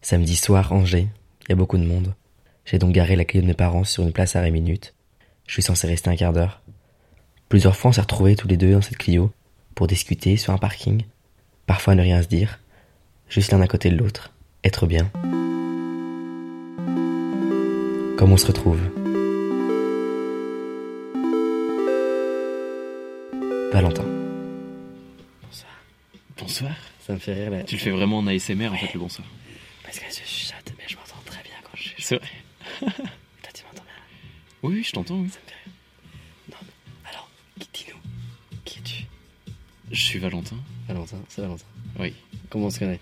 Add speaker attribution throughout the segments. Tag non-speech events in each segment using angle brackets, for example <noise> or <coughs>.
Speaker 1: Samedi soir, Angers, il y a beaucoup de monde. J'ai donc garé la clé de mes parents sur une place à Réminute. Je suis censé rester un quart d'heure. Plusieurs fois, on s'est retrouvés tous les deux dans cette Clio pour discuter sur un parking. Parfois, ne rien se dire, juste l'un à côté de l'autre, être bien. Comme on se retrouve. Valentin.
Speaker 2: Bonsoir.
Speaker 1: Ça me fait rire là.
Speaker 2: Tu le fais vraiment en ASMR en fait le bonsoir.
Speaker 1: Parce que je chatte, mais je m'entends très bien quand je
Speaker 2: C'est vrai.
Speaker 1: Toi, tu m'entends bien
Speaker 2: Oui, oui, je t'entends. oui.
Speaker 1: Ça me fait rire. Non, mais- alors, qui- dis-nous, qui es-tu
Speaker 2: Je suis Valentin.
Speaker 1: Valentin, c'est Valentin.
Speaker 2: Oui.
Speaker 1: Comment on se connaît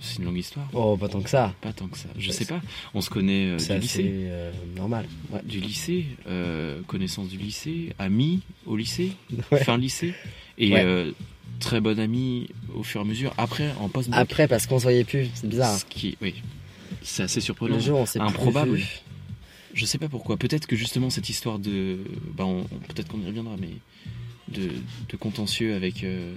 Speaker 2: C'est une longue histoire.
Speaker 1: Oh, pas tant que ça.
Speaker 2: Pas tant que ça. Je
Speaker 1: Ouais,
Speaker 2: sais pas. On se connaît euh,
Speaker 1: C'est
Speaker 2: du lycée.
Speaker 1: assez euh, normal. <laughs> Ouais.
Speaker 2: Du lycée, euh, connaissance du lycée, amis au lycée,
Speaker 1: Ouais.
Speaker 2: fin lycée, et
Speaker 1: Ouais.
Speaker 2: euh, très bonne amie au fur et à mesure. Après, en post bac.
Speaker 1: Après, parce qu'on se voyait plus, c'est bizarre.
Speaker 2: Ce qui, oui, c'est assez surprenant.
Speaker 1: Le jour, on s'est plus
Speaker 2: Improbable.
Speaker 1: vu.
Speaker 2: Je sais pas pourquoi. Peut-être que justement cette histoire de, bah, on- on- peut-être qu'on y reviendra, mais de, de contentieux avec, euh,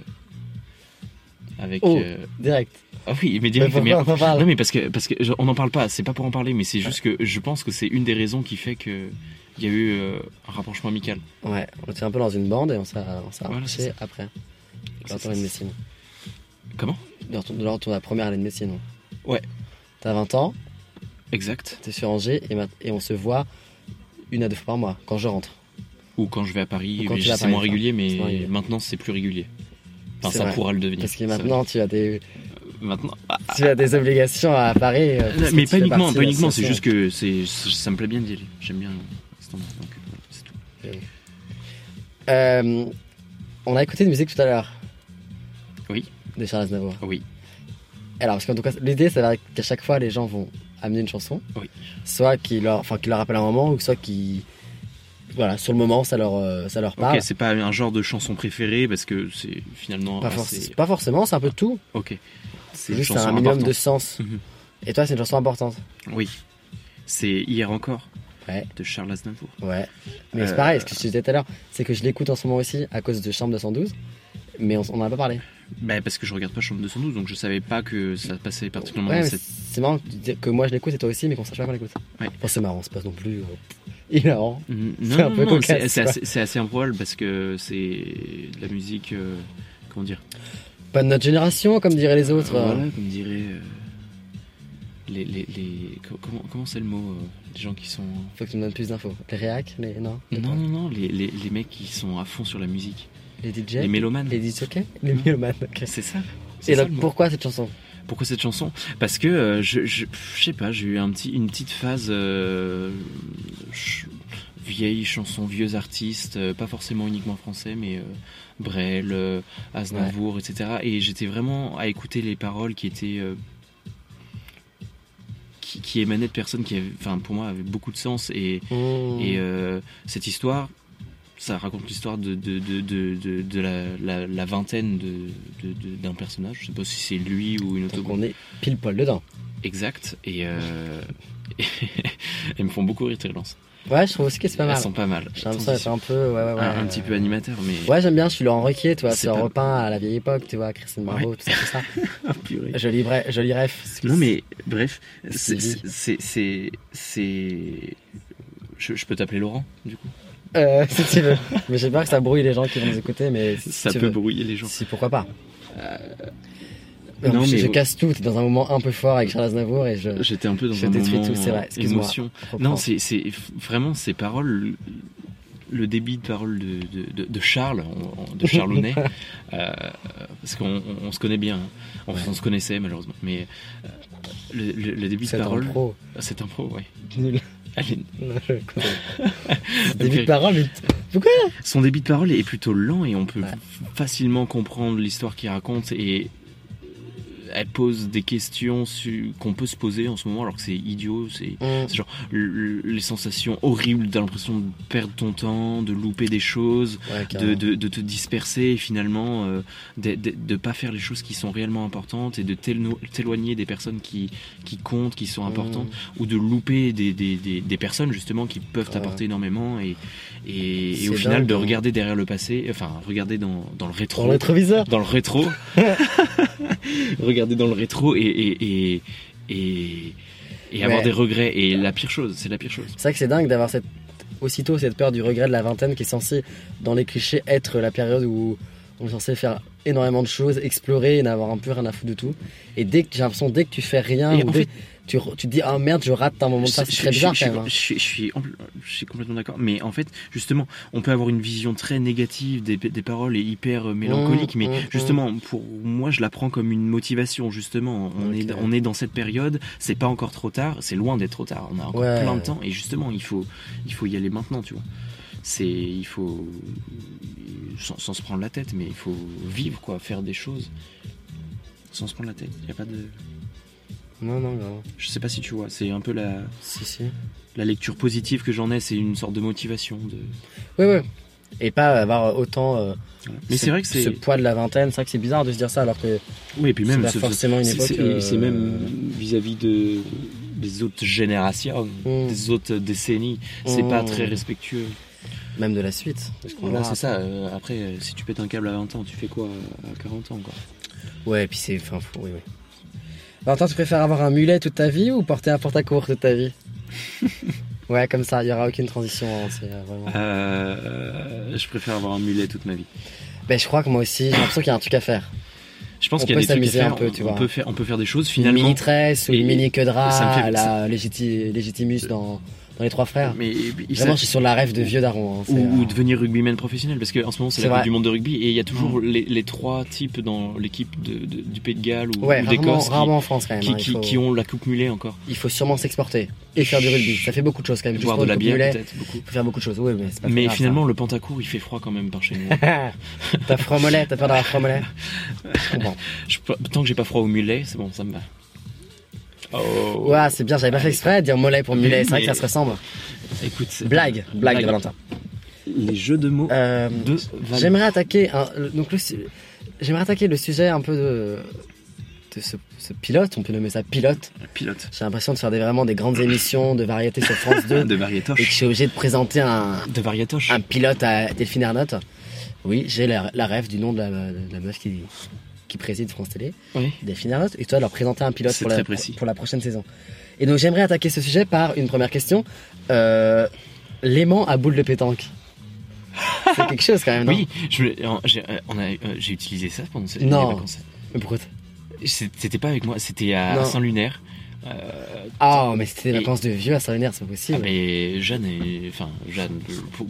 Speaker 2: avec.
Speaker 1: Oh. Bah,
Speaker 2: euh,
Speaker 1: Direct.
Speaker 2: Ah oui, mais
Speaker 1: Mais
Speaker 2: direct. mais-
Speaker 1: pourquoi on en parle
Speaker 2: Non mais parce que parce que je- on n'en parle pas. C'est pas pour en parler, mais c'est juste que je pense que c'est une des raisons qui fait que il y a eu euh, un rapprochement amical.
Speaker 1: Ouais, on était un peu dans une bande et on s'est on s'est
Speaker 2: Voilà,
Speaker 1: rapprochés
Speaker 2: c'est
Speaker 1: après.
Speaker 2: C'est
Speaker 1: Lors de
Speaker 2: ça,
Speaker 1: l'année de
Speaker 2: c'est-
Speaker 1: médecine.
Speaker 2: Comment
Speaker 1: Lors de lors de la première année de médecine.
Speaker 2: Ouais.
Speaker 1: T'as 20 ans,
Speaker 2: Exact.
Speaker 1: t'es sur Angers et, ma- et on se voit une à deux fois par mois quand je rentre.
Speaker 2: Ou quand je vais à Paris,
Speaker 1: Ou quand
Speaker 2: oui,
Speaker 1: tu vas à
Speaker 2: c'est
Speaker 1: Paris,
Speaker 2: moins
Speaker 1: ça.
Speaker 2: régulier,
Speaker 1: C'est
Speaker 2: mais
Speaker 1: moins régulier.
Speaker 2: maintenant c'est plus régulier. Enfin,
Speaker 1: C'est
Speaker 2: ça
Speaker 1: vrai.
Speaker 2: pourra le devenir.
Speaker 1: Parce que
Speaker 2: Ça-
Speaker 1: maintenant tu as des,
Speaker 2: maintenant. Ah, ah,
Speaker 1: tu as des obligations à Paris. euh, parce que
Speaker 2: mais
Speaker 1: tu
Speaker 2: pas
Speaker 1: fais
Speaker 2: uniquement,
Speaker 1: partie
Speaker 2: pas
Speaker 1: de
Speaker 2: uniquement. C'est
Speaker 1: l'association.
Speaker 2: juste que c'est, ça ça me plaît bien d'y aller. J'aime bien. cet endroit, donc, voilà, c'est tout.
Speaker 1: Euh, on a écouté de musique tout à l'heure.
Speaker 2: Oui.
Speaker 1: De Charles Aznavour.
Speaker 2: Oui.
Speaker 1: Alors, parce qu'en tout cas, l'idée, ça va être qu'à chaque fois, les gens vont amener une chanson.
Speaker 2: Oui.
Speaker 1: Soit qui leur, enfin, qui leur rappelle un moment, ou soit qui. Voilà, sur le moment, ça leur, euh, ça leur
Speaker 2: Ok,
Speaker 1: parle.
Speaker 2: c'est pas un genre de chanson préférée parce que c'est finalement
Speaker 1: pas, forc-
Speaker 2: assez.
Speaker 1: pas forcément, c'est un peu de tout.
Speaker 2: Ok. C'est une
Speaker 1: Juste
Speaker 2: chanson
Speaker 1: un minimum de
Speaker 2: importante.
Speaker 1: sens.
Speaker 2: Mhm.
Speaker 1: Et toi, c'est une chanson importante.
Speaker 2: Oui. C'est hier encore.
Speaker 1: Ouais.
Speaker 2: De Charles Aznavour.
Speaker 1: Ouais. Mais c'est
Speaker 2: Euh,
Speaker 1: pareil, ce que je te disais tout à l'heure, c'est que je l'écoute en ce moment aussi à cause de Chambre 212, mais on, on en a pas parlé.
Speaker 2: Bah, parce que je regarde pas Chambre 212, donc je savais pas que ça passait particulièrement
Speaker 1: Ouais,
Speaker 2: dans
Speaker 1: mais
Speaker 2: cette.
Speaker 1: c'est marrant que tu dis- que moi je l'écoute et toi aussi, mais qu'on sache pas qu'on l'écoute.
Speaker 2: Ouais.
Speaker 1: Enfin, c'est marrant, c'est pas non plus. euh, hilarant.
Speaker 2: Mm,
Speaker 1: c'est un
Speaker 2: Non,
Speaker 1: peu
Speaker 2: non, non,
Speaker 1: cocasse,
Speaker 2: c'est c'est
Speaker 1: quoi.
Speaker 2: assez, c'est assez improbable parce que c'est de la musique. euh, comment dire
Speaker 1: Pas de notre génération, comme diraient les autres.
Speaker 2: Euh,
Speaker 1: euh,
Speaker 2: Voilà, comme dirait. euh, les, les, les- co- Comment comment c'est le mot euh, Les gens qui sont.
Speaker 1: Faut que tu me donnes plus d'infos. Les réacs, les. Non
Speaker 2: Non, non, non, les, les, les mecs qui sont à fond sur la musique.
Speaker 1: Les DJ
Speaker 2: Les mélomanes.
Speaker 1: Les DJ, ok Les mélomanes, ok.
Speaker 2: C'est ça. c'est
Speaker 1: Et
Speaker 2: ça
Speaker 1: donc
Speaker 2: le mot.
Speaker 1: pourquoi cette chanson
Speaker 2: Pourquoi cette chanson Parce que euh, je, je, je sais pas, j'ai eu un petit, une petite phase euh, ch- vieille chanson, vieux artistes, euh, pas forcément uniquement français, mais euh, Brel, euh, Aznavour, etc. Et j'étais vraiment à écouter les paroles qui étaient euh, qui, qui émanaient de personnes qui, avaient- enfin pour moi, avaient beaucoup de sens et
Speaker 1: Mmh.
Speaker 2: et euh, cette histoire, ça raconte l'histoire de, de, de, de, de- de la, la- la vingtaine de- de- de- d'un personnage. Je sais pas si c'est lui ou une autre.
Speaker 1: Mmh. Donc on est pile poil dedans.
Speaker 2: Exact. Et euh, <laughs> elles me font beaucoup rire, tes relances.
Speaker 1: Ouais, je trouve aussi que c'est pas
Speaker 2: Elles
Speaker 1: mal.
Speaker 2: sont pas mal.
Speaker 1: J'ai l'impression d'être
Speaker 2: Transition.
Speaker 1: un peu. Ouais, ouais, ouais.
Speaker 2: un, un petit peu animateur, mais.
Speaker 1: Ouais, j'aime bien, je suis Laurent Requier, tu vois, c'est
Speaker 2: C'est pas-
Speaker 1: Europe 1 à la vieille époque, tu vois, Christine Marot, tout ça, tout ça. <laughs>
Speaker 2: <laughs> Ah, purée.
Speaker 1: Joli, bref, joli ref.
Speaker 2: Non, mais bref,
Speaker 1: C'est
Speaker 2: c'est.
Speaker 1: dit.
Speaker 2: c'est- c'est- c'est- Je, je peux t'appeler Laurent, du coup
Speaker 1: Euh, <laughs> si tu veux. Mais j'ai peur que ça brouille les gens qui vont nous écouter, mais si
Speaker 2: Ça
Speaker 1: tu
Speaker 2: peut
Speaker 1: veux.
Speaker 2: brouiller les gens.
Speaker 1: Si, pourquoi pas.
Speaker 2: Euh, non,
Speaker 1: non, mais
Speaker 2: mais-
Speaker 1: je casse tout, t'es dans un moment un peu fort avec Charles Aznavour et je.
Speaker 2: J'étais un peu dans
Speaker 1: Je
Speaker 2: un
Speaker 1: détruis
Speaker 2: moment
Speaker 1: tout, c'est vrai, excuse-moi.
Speaker 2: émotion.
Speaker 1: reprends.
Speaker 2: Non, c'est c'est- f- vraiment ces paroles, le débit de paroles de, de- de- de Charles, on- on-
Speaker 1: <laughs>
Speaker 2: de Charlonnet, euh, parce qu'on on- on se connaît bien, hein. on, on se connaissait malheureusement, mais euh, le, le- le débit de
Speaker 1: C'est un
Speaker 2: parole,
Speaker 1: pro. <laughs>
Speaker 2: c'est un pro, ouais.
Speaker 1: Nul.
Speaker 2: Elle est-
Speaker 1: Non,
Speaker 2: <laughs>
Speaker 1: je-
Speaker 2: elle
Speaker 1: Début de
Speaker 2: fait-
Speaker 1: parole, mais t- pourquoi
Speaker 2: Son débit de parole est plutôt lent et on peut
Speaker 1: Ouais.
Speaker 2: facilement comprendre l'histoire qu'il raconte et elle pose des questions su- qu'on peut se poser en ce moment alors que c'est idiot, c'est
Speaker 1: Mm.
Speaker 2: le- les sensations horribles, t'as l'impression de perdre ton temps, de louper des choses,
Speaker 1: Ouais,
Speaker 2: de,
Speaker 1: carrément.
Speaker 2: de, de te disperser et finalement euh, de, de, de pas faire les choses qui sont réellement importantes et de t'élo- t'éloigner des personnes qui, qui comptent, qui sont
Speaker 1: Mmh.
Speaker 2: importantes, ou de louper des, des, des, des personnes justement qui peuvent
Speaker 1: Ah Ouais.
Speaker 2: t'apporter énormément et, et, et au
Speaker 1: C'est
Speaker 2: final
Speaker 1: dingue,
Speaker 2: de
Speaker 1: hein.
Speaker 2: regarder derrière le passé, enfin regarder dans, dans le rétro.
Speaker 1: Dans le rétroviseur.
Speaker 2: dans le rétro
Speaker 1: <laughs>
Speaker 2: regarder dans le rétro et, et, et, et, et avoir
Speaker 1: Ouais.
Speaker 2: des regrets. Et la pire chose, c'est la pire chose.
Speaker 1: C'est vrai que c'est dingue d'avoir cette, aussitôt cette peur du regret de la vingtaine qui est censée, dans les clichés, être la période où on est censé faire énormément de choses, explorer et n'avoir un peu rien à foutre de tout. Et dès que j'ai l'impression, dès que tu fais rien,
Speaker 2: Et
Speaker 1: ou
Speaker 2: en
Speaker 1: dès-
Speaker 2: fait-
Speaker 1: tu, re- tu te dis ah merde, je rate un moment de ça, c'est
Speaker 2: Je-
Speaker 1: très
Speaker 2: je-
Speaker 1: bizarre
Speaker 2: je-
Speaker 1: quand même. hein.
Speaker 2: Je suis- je suis ampl- je suis complètement d'accord. Mais en fait, justement, on peut avoir une vision très négative des, des paroles et hyper euh, mélancolique.
Speaker 1: Mmh,
Speaker 2: mais
Speaker 1: mmh,
Speaker 2: justement, pour moi, je la prends comme une motivation. Justement, on,
Speaker 1: Ok.
Speaker 2: est, on est dans cette période. C'est pas encore trop tard. C'est loin d'être trop tard. On a encore
Speaker 1: Ouais.
Speaker 2: plein de temps. Et justement, il faut, il faut y aller maintenant, tu vois. C'est, il faut, sans, sans se prendre la tête, mais il faut vivre, quoi, faire des choses sans se prendre la tête. Il y a pas de,
Speaker 1: hein. Non, non, non.
Speaker 2: je sais pas si tu vois. C'est un peu la,
Speaker 1: Si, si.
Speaker 2: la lecture positive que j'en ai, c'est une sorte de motivation. De...
Speaker 1: Ouais, ouais. Et pas avoir autant euh,
Speaker 2: Mais
Speaker 1: ce-
Speaker 2: c'est vrai que
Speaker 1: ce
Speaker 2: c'est.
Speaker 1: poids de la vingtaine, c'est vrai que c'est bizarre de se dire ça alors que
Speaker 2: Oui, et puis
Speaker 1: c'est
Speaker 2: même.
Speaker 1: pas
Speaker 2: ce-
Speaker 1: forcément une
Speaker 2: c'est-
Speaker 1: époque.
Speaker 2: c'est-
Speaker 1: euh,
Speaker 2: c'est même vis-à-vis de, des autres générations,
Speaker 1: Mm.
Speaker 2: des autres décennies. C'est
Speaker 1: Mm.
Speaker 2: pas très respectueux.
Speaker 1: même de la suite. parce qu'on
Speaker 2: Hmm. Voilà,
Speaker 1: verra.
Speaker 2: c'est ça. euh, après, euh, si tu pètes un câble à 20 ans, tu fais quoi euh, à 40 ans quoi
Speaker 1: Ouais, et puis c'est. Enfin, faut- oui, oui. Valentin, tu préfères avoir un mulet toute ta vie ou porter un porte-à-cours toute ta
Speaker 2: <laughs>
Speaker 1: vie Ouais, comme ça, il n'y aura aucune transition. hein, c'est, euh, vraiment...
Speaker 2: Euh, Je préfère avoir un mulet toute ma vie.
Speaker 1: Ben, je crois que moi aussi, j'ai l'impression qu'il y a un truc à faire.
Speaker 2: Je pense
Speaker 1: On
Speaker 2: qu'il y a
Speaker 1: peut
Speaker 2: des trucs à
Speaker 1: s'amuser un
Speaker 2: faire.
Speaker 1: peu, tu
Speaker 2: on,
Speaker 1: vois.
Speaker 2: peut faire, on peut faire des choses
Speaker 1: Une
Speaker 2: finalement.
Speaker 1: mini tresse ou
Speaker 2: Et-
Speaker 1: une mini queue de rat
Speaker 2: ça me fait-
Speaker 1: à la Légiti- Légitimus dans, dans Les Trois Frères.
Speaker 2: Mais il-
Speaker 1: Vraiment,
Speaker 2: ça-
Speaker 1: je suis sur la rêve de vieux daron. hein, c'est,
Speaker 2: ou, ou
Speaker 1: euh,
Speaker 2: devenir rugbyman professionnel parce qu'en ce moment c'est
Speaker 1: C'est
Speaker 2: la Coupe
Speaker 1: vrai. Mm.
Speaker 2: du Monde de rugby et il y a toujours les, les trois types dans l'équipe de- de- du Pays de Galles ou,
Speaker 1: Ouais,
Speaker 2: ou
Speaker 1: rarement,
Speaker 2: d'Écosse qui-
Speaker 1: rarement en France quand même.
Speaker 2: qui,
Speaker 1: hein,
Speaker 2: qui-
Speaker 1: il, faut,
Speaker 2: qui ont la coupe mulet encore
Speaker 1: il faut sûrement s'exporter et faire du rugby. Ça fait beaucoup de choses quand même.
Speaker 2: boire
Speaker 1: Juste pour
Speaker 2: de la
Speaker 1: le
Speaker 2: bière
Speaker 1: mulet,
Speaker 2: peut-être beaucoup
Speaker 1: faut faire beaucoup de choses. Oui, mais c'est pas très
Speaker 2: mais
Speaker 1: grave, ça.
Speaker 2: finalement le pantacourt il fait froid quand même par
Speaker 1: <laughs>
Speaker 2: chez nous
Speaker 1: t'as froid au mollet, t'as peur d'avoir froid au
Speaker 2: <laughs>
Speaker 1: mollet. Bon.
Speaker 2: Je peux- tant que j'ai pas froid au mulet c'est bon ça me va oh
Speaker 1: Ouais, c'est bien, j'avais pas fait exprès de dire mollet pour mulet, c'est vrai que ça se ressemble.
Speaker 2: écoute c'est-
Speaker 1: Blague, blague de Valentin.
Speaker 2: les jeux de mots
Speaker 1: Euh,
Speaker 2: de Valentin.
Speaker 1: j'aimerais attaquer un- le- donc le su- j'aimerais attaquer le sujet un peu de, de ce, ce pilote, on peut nommer ça pilote.
Speaker 2: pilote Ah,
Speaker 1: J'ai l'impression de faire des, vraiment des grandes émissions de Ah, variété sur France 2 et
Speaker 2: <laughs> de
Speaker 1: que je
Speaker 2: variatoche
Speaker 1: suis obligé de présenter un,
Speaker 2: de variatoche
Speaker 1: un pilote à Delphine Ernotte. Oui, j'ai la, la rêve du nom de la, de la meuf qui, qui préside France Télé.
Speaker 2: oui
Speaker 1: Delphine Ernotte, et toi leur présenter un pilote
Speaker 2: C'est
Speaker 1: pour la,
Speaker 2: très précis.
Speaker 1: pour la prochaine saison. Et donc j'aimerais attaquer ce sujet par une première question. Euh, L'aimant à boule de pétanque.
Speaker 2: <laughs>
Speaker 1: C'est quelque chose quand même, non
Speaker 2: oui je me- j'ai euh, on a- euh, j'ai utilisé ça pendant ces les
Speaker 1: Non.
Speaker 2: vacances
Speaker 1: Mais pourquoi t-
Speaker 2: C'est- C'était pas avec moi, c'était à
Speaker 1: Non.
Speaker 2: Saint-Lunaire.
Speaker 1: Ah, mais c'était des
Speaker 2: Et-
Speaker 1: vacances de vieux à Saint-Lunaire, c'est pas
Speaker 2: Ah,
Speaker 1: possible.
Speaker 2: mais Jeanne, est- enfin Jeanne, pour-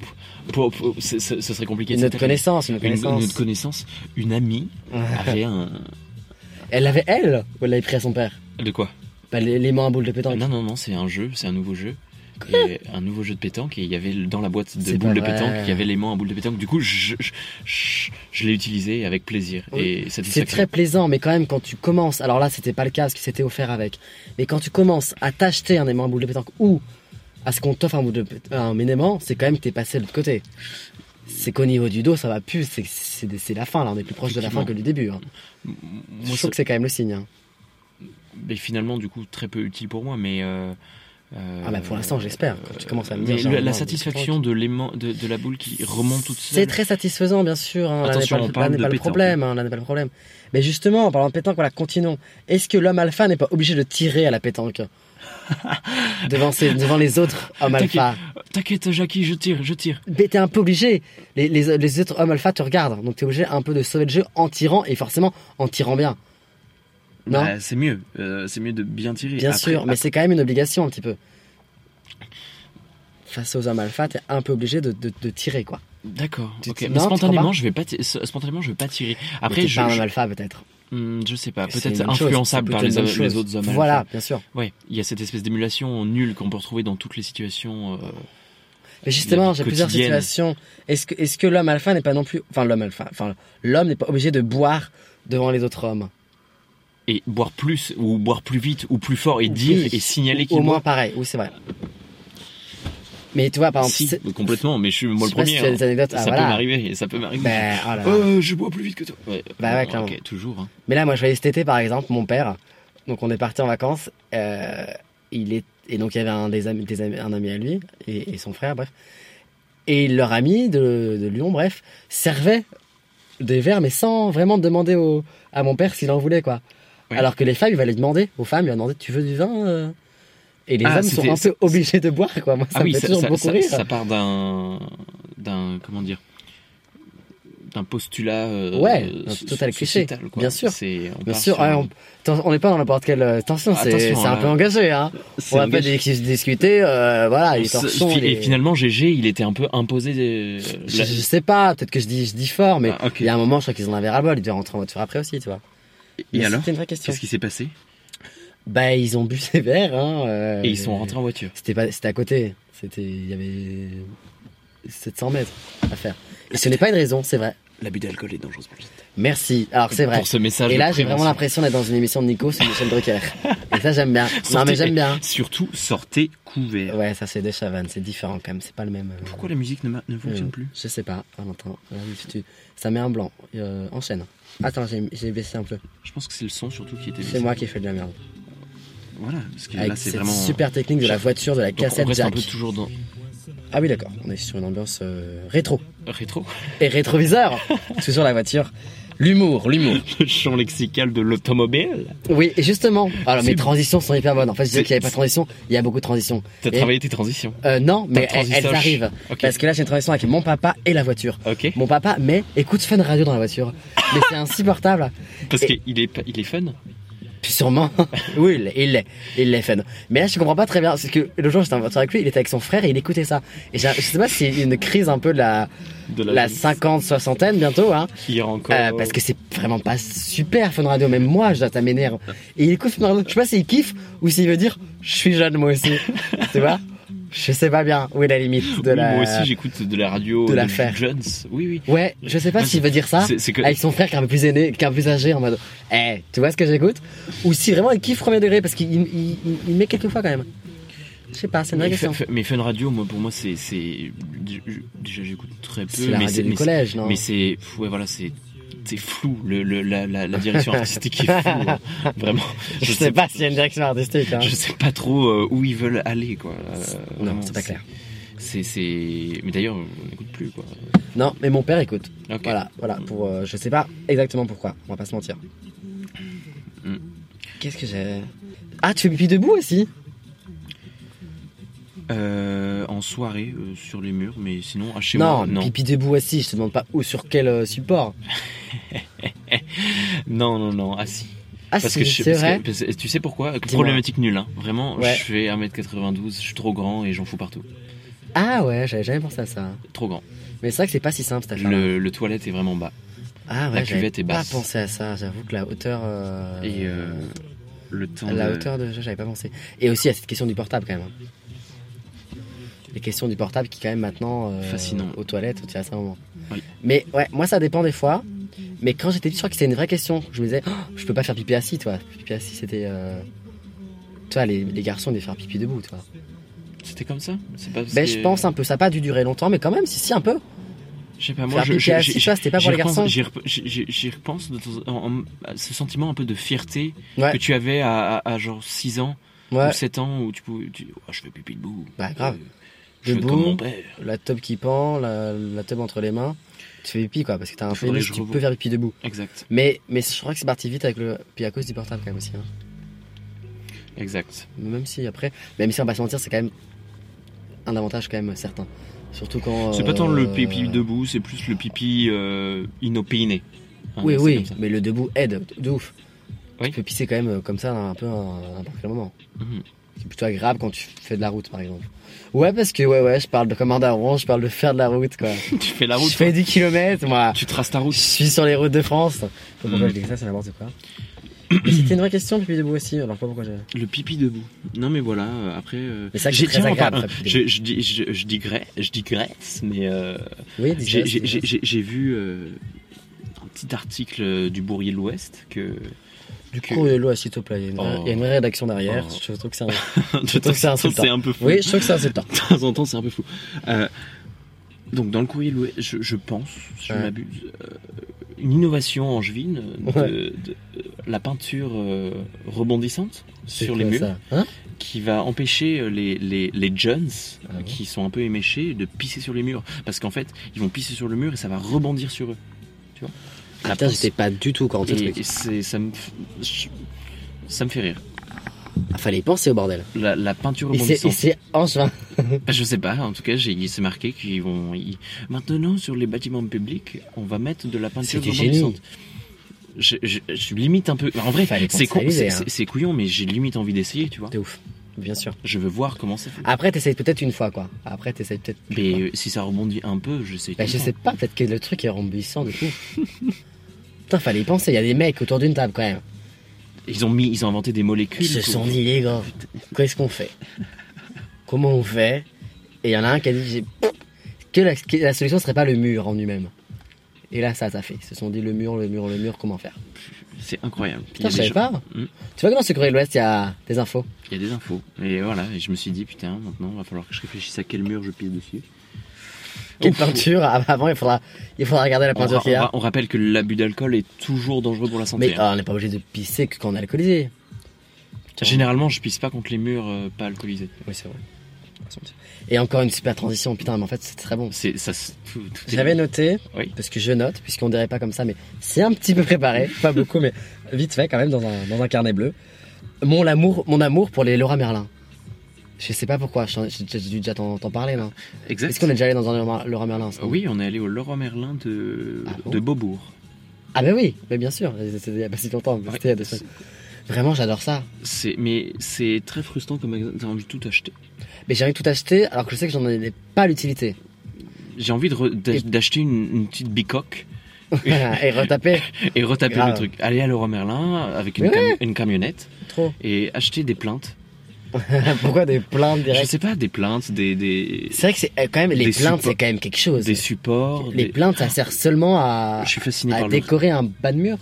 Speaker 2: pour- pour- ce ce- ce serait compliqué.
Speaker 1: une
Speaker 2: de
Speaker 1: autre
Speaker 2: s'attarder.
Speaker 1: connaissance, une autre
Speaker 2: Une, une
Speaker 1: connaissance.
Speaker 2: autre connaissance,
Speaker 1: <laughs>
Speaker 2: une amie avait un.
Speaker 1: elle l'avait elle ou elle l'avait pris à son père
Speaker 2: De quoi
Speaker 1: bah, l'ai- L'aimant à boule de pétanque.
Speaker 2: Non, non, non, c'est un jeu, c'est un nouveau jeu.
Speaker 1: Quoi
Speaker 2: Et un nouveau jeu de pétanque et il y avait le- dans la boîte de
Speaker 1: C'est pas
Speaker 2: boules de
Speaker 1: vrai.
Speaker 2: pétanque, il y avait l'aimant à boules de pétanque. Du coup, je, je, je- je l'ai utilisé avec plaisir
Speaker 1: Oui.
Speaker 2: et
Speaker 1: C'est
Speaker 2: satisfaction.
Speaker 1: très plaisant, mais quand même, quand tu commences, alors là, c'était pas le cas, ce qui s'était offert avec, mais quand tu commences à t'acheter un aimant à boule de pétanque ou à ce qu'on t'offre un, boule de pét- euh, un aimant, c'est quand même que t'es passé de l'autre côté. C'est qu'au niveau du dos, ça va plus, c'est- c'est c'est la fin, là, on est plus proche de la fin que du début. Hein.
Speaker 2: Moi,
Speaker 1: Je trouve
Speaker 2: ça-
Speaker 1: que c'est quand même le signe. hein.
Speaker 2: mais finalement, du coup, très peu utile pour moi, mais. euh, euh,
Speaker 1: Ah bah, pour l'instant, j'espère, quand tu commences à me
Speaker 2: mais
Speaker 1: dire, j'ai
Speaker 2: le-
Speaker 1: un
Speaker 2: la
Speaker 1: aimant,
Speaker 2: satisfaction de, l'aimant- de, de la boule qui remonte toute seule.
Speaker 1: C'est très satisfaisant, bien sûr. hein, là, n'est
Speaker 2: Attention,
Speaker 1: pas-
Speaker 2: on
Speaker 1: là,
Speaker 2: parle
Speaker 1: n'est
Speaker 2: de
Speaker 1: pas le
Speaker 2: pétanque.
Speaker 1: problème. hein, là, n'est pas le problème. Mais justement, en parlant de pétanque, voilà, continuons. Est-ce que l'homme alpha n'est pas obligé de tirer à la
Speaker 2: <laughs>
Speaker 1: pétanque devant, ses- devant les autres hommes
Speaker 2: T'inquiète.
Speaker 1: alpha
Speaker 2: T'inquiète, Jackie, je tire, je tire.
Speaker 1: Mais t'es un peu obligé. Les, les, les autres hommes alpha te regardent. Donc t'es obligé un peu de sauver le jeu en tirant et forcément en tirant bien. Non
Speaker 2: Bah, c'est mieux, euh, c'est mieux de bien tirer.
Speaker 1: Bien
Speaker 2: Après-
Speaker 1: sûr, mais c'est quand même une obligation un petit peu. Face aux hommes alpha, t'es un peu obligé de, de, de tirer quoi.
Speaker 2: D'accord.
Speaker 1: Tu-
Speaker 2: ok.
Speaker 1: tu-
Speaker 2: Mais
Speaker 1: non, tu crois
Speaker 2: spontanément,
Speaker 1: pas
Speaker 2: je vais pas, ti- s- spontanément, je vais pas tirer.
Speaker 1: Mais
Speaker 2: Après,
Speaker 1: t'es
Speaker 2: je,
Speaker 1: pas un homme
Speaker 2: je,
Speaker 1: alpha peut-être.
Speaker 2: hmm, je sais pas,
Speaker 1: C'est une
Speaker 2: peut-être
Speaker 1: bonne chose,
Speaker 2: influençable
Speaker 1: c'est
Speaker 2: par
Speaker 1: plutôt
Speaker 2: les,
Speaker 1: une
Speaker 2: hommes-
Speaker 1: bonne chose.
Speaker 2: les autres hommes. alpha.
Speaker 1: Voilà, bien sûr.
Speaker 2: Ouais, il y a cette espèce d'émulation nulle qu'on peut retrouver dans toutes les situations. euh,
Speaker 1: Mais justement, j'ai plusieurs
Speaker 2: quotidienne.
Speaker 1: situations. Est-ce que, est-ce que l'homme alpha n'est pas non plus, enfin l'homme alpha, enfin l'homme n'est pas obligé de boire devant les autres hommes
Speaker 2: et boire plus, ou boire plus vite, ou plus fort, et
Speaker 1: Oui.
Speaker 2: dire, et signaler
Speaker 1: Au
Speaker 2: qu'il
Speaker 1: moins
Speaker 2: boit.
Speaker 1: pareil, oui c'est vrai. Mais tu vois, par exemple,
Speaker 2: Si,
Speaker 1: c'est-
Speaker 2: complètement, mais je suis moi
Speaker 1: je
Speaker 2: le
Speaker 1: sais pas si
Speaker 2: premier.
Speaker 1: tu as des
Speaker 2: hein.
Speaker 1: anecdotes, ah,
Speaker 2: Ça peut
Speaker 1: voilà.
Speaker 2: m'arriver, ça peut m'arriver.
Speaker 1: Ben, oh là là.
Speaker 2: Euh, je bois plus vite que toi. Ouais,
Speaker 1: Bah ouais,
Speaker 2: bon,
Speaker 1: clairement.
Speaker 2: ok, toujours. hein.
Speaker 1: Mais là, moi, je voyais cet été, par exemple, mon père. Donc, on est parti en vacances. euh, il est et donc il y avait un des amis, des amis- un ami à lui et, et son frère, bref. Et leur ami de, de Lyon, bref, servait des verres, mais sans vraiment demander au, à mon père s'il en voulait, quoi.
Speaker 2: Ouais.
Speaker 1: Alors que les femmes, il va les demander aux femmes, il va demander Tu veux du vin euh Et les
Speaker 2: Ah,
Speaker 1: hommes sont
Speaker 2: c'était-
Speaker 1: un peu obligés de boire, quoi. Moi, ça
Speaker 2: ah oui,
Speaker 1: me fait
Speaker 2: ça,
Speaker 1: toujours
Speaker 2: ça-
Speaker 1: beaucoup
Speaker 2: ça-
Speaker 1: rire.
Speaker 2: ça part d'un, d'un, comment dire, d'un postulat. euh,
Speaker 1: Ouais,
Speaker 2: euh,
Speaker 1: un
Speaker 2: so-
Speaker 1: total cliché,
Speaker 2: sociétal, quoi.
Speaker 1: bien sûr.
Speaker 2: C'est, on
Speaker 1: Bien
Speaker 2: part
Speaker 1: sûr,
Speaker 2: sur-
Speaker 1: ouais, on Attention, on n'est pas dans n'importe quelle. euh, Attention, c'est
Speaker 2: Attention,
Speaker 1: c'est un
Speaker 2: hein.
Speaker 1: peu engagé, hein.
Speaker 2: c'est
Speaker 1: On va
Speaker 2: un
Speaker 1: pas
Speaker 2: gage.
Speaker 1: dis- discuter, euh, voilà, les
Speaker 2: Ce-
Speaker 1: torchons.
Speaker 2: fi-
Speaker 1: les-
Speaker 2: Et finalement, GG, il était un peu imposé. euh,
Speaker 1: je,
Speaker 2: la-
Speaker 1: je sais pas, peut-être que je dis, je dis fort, mais
Speaker 2: Ah, ok.
Speaker 1: il y a un moment, je crois qu'ils en avaient ras-le-bol, ils devaient rentrer en voiture après aussi, tu vois. Mais
Speaker 2: Et alors
Speaker 1: C'était une vraie question.
Speaker 2: Qu'est-ce qui s'est passé
Speaker 1: Bah, ils ont bu ces verres, hein. euh,
Speaker 2: Et ils sont rentrés en voiture.
Speaker 1: C'était pas, c'était à côté. C'était, il y avait 700 mètres à faire. Et ce
Speaker 2: C'était-
Speaker 1: n'est pas une raison, c'est vrai.
Speaker 2: L'abus d'alcool est dangereux pour la santé.
Speaker 1: Merci. Alors c'est vrai.
Speaker 2: Pour ce message.
Speaker 1: Et
Speaker 2: de
Speaker 1: là, j'ai vraiment
Speaker 2: prévention.
Speaker 1: l'impression d'être dans une émission de Nico sur Michel Drucker. Et ça, j'aime
Speaker 2: <laughs>
Speaker 1: bien. Non, mais
Speaker 2: Sortez-
Speaker 1: j'aime bien.
Speaker 2: Surtout, sortez couvert.
Speaker 1: Ouais, ça c'est des chavannes, c'est différent quand même, c'est pas le même. euh,
Speaker 2: Pourquoi la musique ne, ma- ne fonctionne plus
Speaker 1: Hmm. Je sais pas, euh, Valentin. Vas-y, tu- tu- Ça met un blanc. Euh, enchaîne.
Speaker 2: Hmm.
Speaker 1: Attends, j'ai j'ai baissé un peu.
Speaker 2: Je pense que c'est le son surtout qui était.
Speaker 1: C'est moi qui ai fait de la merde.
Speaker 2: Voilà, parce que
Speaker 1: Avec
Speaker 2: là, c'est
Speaker 1: cette
Speaker 2: vraiment.
Speaker 1: super technique de la
Speaker 2: Jack.
Speaker 1: voiture, de la
Speaker 2: Donc, on
Speaker 1: cassette
Speaker 2: reste un
Speaker 1: jack.
Speaker 2: peu toujours dans
Speaker 1: Ah oui, d'accord. On est sur une ambiance euh, rétro.
Speaker 2: rétro.
Speaker 1: Et
Speaker 2: <laughs>
Speaker 1: rétroviseur Toujours la voiture. L'humour, l'humour.
Speaker 2: le champ lexical de l'automobile.
Speaker 1: Oui, et justement. Alors,
Speaker 2: C'est-
Speaker 1: mes transitions sont hyper bonnes. En fait, je disais
Speaker 2: C'est-
Speaker 1: qu'il n'y avait pas de transition. Il y a beaucoup de transitions.
Speaker 2: T'as
Speaker 1: Et-
Speaker 2: travaillé tes transitions.
Speaker 1: Euh, non, mais elles,
Speaker 2: transition.
Speaker 1: elles arrivent.
Speaker 2: Ok.
Speaker 1: Parce que là, j'ai une transition avec mon papa et la voiture.
Speaker 2: Ok.
Speaker 1: Mon papa, mais écoute Fun Radio dans la voiture. Mais c'est insupportable.
Speaker 2: Parce
Speaker 1: et-
Speaker 2: qu'il est, il est fun.
Speaker 1: Puis sûrement, <laughs> oui, il l'est, il l'est, il l'est fun. Mais là, je comprends pas très bien, parce que le jour j'étais en voiture avec lui, il était avec son frère et il écoutait ça. Et j'ai- je sais pas si c'est une crise un peu de la,
Speaker 2: De la,
Speaker 1: la
Speaker 2: jeunesse.
Speaker 1: 50, soixantaine bientôt, hein.
Speaker 2: Il est encore.
Speaker 1: Euh, parce que c'est vraiment pas super fun radio, même moi, je dois ça m'énerve. Et il écoute fun radio, je sais pas s'il kiffe ou s'il veut dire, je suis jeune moi
Speaker 2: <laughs>
Speaker 1: aussi. tu vois? Je sais pas bien où est la limite de
Speaker 2: Oui,
Speaker 1: la.
Speaker 2: Moi aussi, j'écoute de la radio.
Speaker 1: de la
Speaker 2: Jules
Speaker 1: faire. Ah,
Speaker 2: Jones. Oui, oui.
Speaker 1: Ouais, je sais pas
Speaker 2: Moi,
Speaker 1: s'il veut dire ça.
Speaker 2: C'est c'est que.
Speaker 1: avec son frère qui est un peu plus aîné, qui est un peu plus âgé, en mode, eh, tu vois ce que j'écoute Ou si vraiment il kiffe premier degré, parce qu'il il, il- il met quelques fois quand même. Je sais pas, c'est une vraie
Speaker 2: Mais,
Speaker 1: question.
Speaker 2: fa- fa- mais Fun Radio, moi, pour moi, c'est. c'est- Déjà, j'écoute très peu.
Speaker 1: C'est la
Speaker 2: mais
Speaker 1: radio du
Speaker 2: mais
Speaker 1: collège, non <laughs>
Speaker 2: Mais c'est. Ouais, voilà, c'est. C'est flou, le, le- la, la, la direction
Speaker 1: <laughs>
Speaker 2: artistique est floue. hein. Vraiment.
Speaker 1: Je sais pas s'il y a une direction artistique. Hein.
Speaker 2: Je sais pas trop euh, où ils veulent aller, quoi. Euh,
Speaker 1: Non,
Speaker 2: vraiment,
Speaker 1: c'est pas clair.
Speaker 2: C'est, c'est. Mais d'ailleurs, on n'écoute plus, quoi.
Speaker 1: Non, mais mon père écoute.
Speaker 2: Ok.
Speaker 1: Voilà, voilà. Pour, euh, je sais pas exactement pourquoi. On va pas se mentir.
Speaker 2: Mm.
Speaker 1: Qu'est-ce que j'ai Ah, tu fais pipi debout aussi
Speaker 2: Euh, en soirée, euh, sur les murs, mais sinon, à chez
Speaker 1: Non,
Speaker 2: moi, non.
Speaker 1: pipi debout aussi. Je te demande pas où, sur quel euh, support.
Speaker 2: Non, non, non, assis.
Speaker 1: Ah,
Speaker 2: Parce
Speaker 1: si,
Speaker 2: que je-
Speaker 1: c'est
Speaker 2: parce que-
Speaker 1: vrai.
Speaker 2: parce que tu sais pourquoi
Speaker 1: Dis-moi.
Speaker 2: Problématique nulle, hein. Vraiment,
Speaker 1: Ouais.
Speaker 2: je fais 1m92, je suis trop grand et j'en fous partout.
Speaker 1: Ah ouais, j'avais jamais pensé à ça.
Speaker 2: Trop grand.
Speaker 1: Mais c'est vrai que c'est pas si simple cette affaire.
Speaker 2: Le, le toilette est vraiment bas.
Speaker 1: Ah ouais,
Speaker 2: La
Speaker 1: j'avais
Speaker 2: cuvette est basse.
Speaker 1: pas pensé à ça, j'avoue que la hauteur... euh,
Speaker 2: Et euh, le temps.
Speaker 1: La
Speaker 2: de-
Speaker 1: hauteur de jeu, j'avais pas pensé. Et aussi à cette question du portable quand même. hein. Les questions du portable qui quand même maintenant... euh,
Speaker 2: Fascinant.
Speaker 1: Aux toilettes, tu as ça un moment.
Speaker 2: Oui.
Speaker 1: Mais ouais, moi ça dépend des fois. Mais quand j'étais petit, je crois que c'était une vraie question. Je me disais, Oh, je peux pas faire pipi assis, toi. Pipi assis, c'était... euh, Toi, les, les garçons, ils devaient faire pipi debout, toi.
Speaker 2: C'était comme ça C'est pas parce
Speaker 1: Ben,
Speaker 2: que-
Speaker 1: je pense un peu, ça a pas dû durer longtemps, mais quand même, si, si, un peu.
Speaker 2: Je sais pas, moi,
Speaker 1: faire
Speaker 2: je.
Speaker 1: pipi
Speaker 2: je-
Speaker 1: assis,
Speaker 2: je-
Speaker 1: tu vois, c'était pas
Speaker 2: j'y
Speaker 1: pour les
Speaker 2: repense-
Speaker 1: garçons.
Speaker 2: J'y rep- j'y- j'y- j'y repense de temps- en- en- à ce sentiment un peu de fierté
Speaker 1: Ouais.
Speaker 2: que tu avais à, à- à genre 6 ans
Speaker 1: Ouais,
Speaker 2: ou 7 ans où tu pouvais. tu- Oh, je fais pipi debout.
Speaker 1: Bah, grave.
Speaker 2: Euh, Je fais
Speaker 1: Debout.
Speaker 2: comme mon père.
Speaker 1: la teub qui pend, la, la teub entre les mains. Tu fais pipi, quoi, parce que t'as un
Speaker 2: Faudrait que
Speaker 1: pénis
Speaker 2: je
Speaker 1: qui
Speaker 2: revoie.
Speaker 1: peut faire pipi debout.
Speaker 2: Exact,
Speaker 1: Mais, mais je crois que c'est parti vite avec le. Puis à cause du portable quand même aussi. hein.
Speaker 2: exact.
Speaker 1: Même si après. Même si on va pas se mentir, c'est quand même un avantage quand même certain. Surtout quand.
Speaker 2: C'est pas tant
Speaker 1: euh,
Speaker 2: le pipi debout, c'est plus le pipi euh, inopiné. Hein,
Speaker 1: oui,
Speaker 2: c'est
Speaker 1: oui,
Speaker 2: comme ça. <laughs>
Speaker 1: mais le debout aide de ouf.
Speaker 2: Oui.
Speaker 1: Tu peux pisser quand même euh, comme ça un peu à un- à n'importe quel moment.
Speaker 2: Mhm.
Speaker 1: C'est plutôt agréable quand tu fais de la route par exemple. Ouais, parce que ouais, ouais, je parle de commande à orange, je parle de faire de la route quoi.
Speaker 2: tu fais la route.
Speaker 1: je fais 10 km, moi.
Speaker 2: Tu traces ta
Speaker 1: Je
Speaker 2: route.
Speaker 1: suis sur les routes de France. Pourquoi
Speaker 2: Mhm.
Speaker 1: je dis ça, c'est n'importe quoi. Hmm. Mais C'était une vraie question, pipi debout aussi, alors pas pourquoi j'ai.
Speaker 2: Le pipi debout. Non mais voilà, euh, après... euh,
Speaker 1: Mais ça, c'est
Speaker 2: j'ai-
Speaker 1: très
Speaker 2: tiens, enfin,
Speaker 1: agréable,
Speaker 2: euh,
Speaker 1: ça, le pipi
Speaker 2: je, je, dis- je, je digresse, je digresse, mais euh,
Speaker 1: Oui,
Speaker 2: j'ai-
Speaker 1: dis-le,
Speaker 2: j'ai
Speaker 1: dis-le.
Speaker 2: j'ai- j'ai- j'ai vu euh, un petit article euh, du Bourrier de l'Ouest que...
Speaker 1: Du
Speaker 2: que-
Speaker 1: coup, de l'eau, s'il te plaît. Il y a une, vraie-
Speaker 2: Oh.
Speaker 1: il y a une vraie rédaction derrière.
Speaker 2: Oh.
Speaker 1: Je trouve que c'est un...
Speaker 2: de
Speaker 1: trouve que
Speaker 2: <laughs>
Speaker 1: c'est
Speaker 2: temps en temps,
Speaker 1: insultant.
Speaker 2: c'est un peu fou.
Speaker 1: Oui, je trouve que c'est insultant.
Speaker 2: De temps en temps, c'est un peu fou. Euh, donc dans le courrier de l'Ouest, je, je pense, si je
Speaker 1: Ouais.
Speaker 2: m'abuse, euh, une innovation angevine de,
Speaker 1: Ouais.
Speaker 2: de- euh, la peinture euh, rebondissante
Speaker 1: C'est
Speaker 2: sur les
Speaker 1: quoi,
Speaker 2: murs.
Speaker 1: ça Hein
Speaker 2: qui va empêcher euh, les, les, les jeunes
Speaker 1: Ah bon
Speaker 2: qui sont un peu éméchés de pisser sur les murs. Parce qu'en fait, ils vont pisser sur le mur et ça va rebondir sur eux. tu vois.
Speaker 1: Ah,
Speaker 2: La
Speaker 1: putain,
Speaker 2: pince.
Speaker 1: j'étais pas du tout quand ce
Speaker 2: Et-
Speaker 1: truc.
Speaker 2: et c'est- ça me, f- je- ça me fait rire.
Speaker 1: Ah, fallait y penser au bordel.
Speaker 2: La, la peinture
Speaker 1: Et c'est- et
Speaker 2: rebondissante.
Speaker 1: c'est enfin.
Speaker 2: Bah, Je sais pas, en tout cas, j'ai il s'est marqué qu'ils vont. ils- Maintenant, sur les bâtiments publics, on va mettre de la
Speaker 1: C'est
Speaker 2: peinture
Speaker 1: du génie.
Speaker 2: rebondissante. Je, je, je suis limite un peu. En vrai,
Speaker 1: Fallait
Speaker 2: c'est con-
Speaker 1: penser à
Speaker 2: c'est-
Speaker 1: l'idée, hein.
Speaker 2: c'est- c'est couillon, mais j'ai limite envie d'essayer, tu vois.
Speaker 1: De ouf. Bien sûr.
Speaker 2: Je veux voir comment ça fait.
Speaker 1: Après, t'essayes peut-être une fois, quoi. Après, t'essayes peut-être. plus,
Speaker 2: mais
Speaker 1: quoi.
Speaker 2: euh, si ça rebondit un peu, j'essaie.
Speaker 1: Bah,
Speaker 2: tout
Speaker 1: je
Speaker 2: le
Speaker 1: sais pas, peut-être que le truc est rembuissant de
Speaker 2: <laughs>
Speaker 1: coup. Putain, fallait y penser. Il y a des mecs autour d'une table quand même.
Speaker 2: temps. Ils ont mis, ils ont inventé des molécules.
Speaker 1: Ils se
Speaker 2: pour-
Speaker 1: sont dit, les gars, qu'est-ce qu'on fait Comment on fait Et il y en a un qui a dit j'ai- que la, que la solution serait pas le mur en lui-même. Et là, ça, ça fait. Ils se sont dit le mur, le mur, le mur, comment faire
Speaker 2: C'est incroyable. Il y
Speaker 1: Putain,
Speaker 2: a
Speaker 1: je savais
Speaker 2: des gens-
Speaker 1: pas.
Speaker 2: Mm.
Speaker 1: Tu vois que dans ce Corée de l'Ouest, il y a des infos.
Speaker 2: Il y a des infos. Et voilà, et je me suis dit, putain, maintenant, va falloir que je réfléchisse à quel mur je pisse dessus.
Speaker 1: Quelle
Speaker 2: Ouf.
Speaker 1: peinture Ah, bah, Avant, il faudra, il faudra regarder la
Speaker 2: On,
Speaker 1: peinture
Speaker 2: ra-
Speaker 1: qu'il y
Speaker 2: on
Speaker 1: a.
Speaker 2: ra- on rappelle que l'abus d'alcool est toujours dangereux pour la santé.
Speaker 1: Mais
Speaker 2: hein.
Speaker 1: ah, on n'est pas obligé de pisser que quand on est alcoolisé.
Speaker 2: Généralement, je pisse pas contre les murs euh, pas alcoolisés.
Speaker 1: Oui, c'est vrai. Et encore une super transition, putain, mais en fait, c'est très bon.
Speaker 2: C'est ça. se- Tout, tout est-
Speaker 1: J'avais noté,
Speaker 2: Oui.
Speaker 1: parce que je note, puisqu'on dirait pas comme ça, mais c'est un petit peu préparé, pas beaucoup, mais vite fait quand même dans un, dans un carnet bleu. Mon amour, mon amour pour les Laura Merlin. Je sais pas pourquoi, je t'en- j'ai j'ai dû déjà t'en t'en parler, non
Speaker 2: Exact.
Speaker 1: Est-ce qu'on est déjà allé dans un Laura- Laura Merlin ensemble
Speaker 2: Euh, Oui, on est allé au Leroy Merlin de,
Speaker 1: Ah bon
Speaker 2: de Beaubourg.
Speaker 1: Ah bah oui, mais bien sûr, c'était il y a pas si longtemps, mais
Speaker 2: Ouais.
Speaker 1: c'était il y a deux semaines. Vraiment, j'adore ça.
Speaker 2: C'est mais c'est très frustrant comme magasin, t'as envie de tout acheter.
Speaker 1: Mais j'ai envie de tout acheter, alors que je sais que j'en ai pas l'utilité.
Speaker 2: J'ai envie de re- d'ach-
Speaker 1: Et-
Speaker 2: d'acheter une, une petite bicoque
Speaker 1: <laughs> Et
Speaker 2: <laughs>
Speaker 1: retaper,
Speaker 2: et retaper
Speaker 1: Grave.
Speaker 2: le truc. Aller à Leroy Merlin avec une,
Speaker 1: Mais ouais.
Speaker 2: cam- une camionnette
Speaker 1: trop.
Speaker 2: et acheter des plaintes.
Speaker 1: pourquoi des plaintes
Speaker 2: Je
Speaker 1: directes
Speaker 2: sais pas, des plaintes, des des,
Speaker 1: C'est vrai que c'est euh, quand même, les
Speaker 2: Des
Speaker 1: plaintes,
Speaker 2: supports.
Speaker 1: c'est quand même quelque chose.
Speaker 2: des supports.
Speaker 1: Les
Speaker 2: des-
Speaker 1: plaintes, ça sert seulement à,
Speaker 2: Je suis fasciné
Speaker 1: à
Speaker 2: par le
Speaker 1: décorer un bas de mur.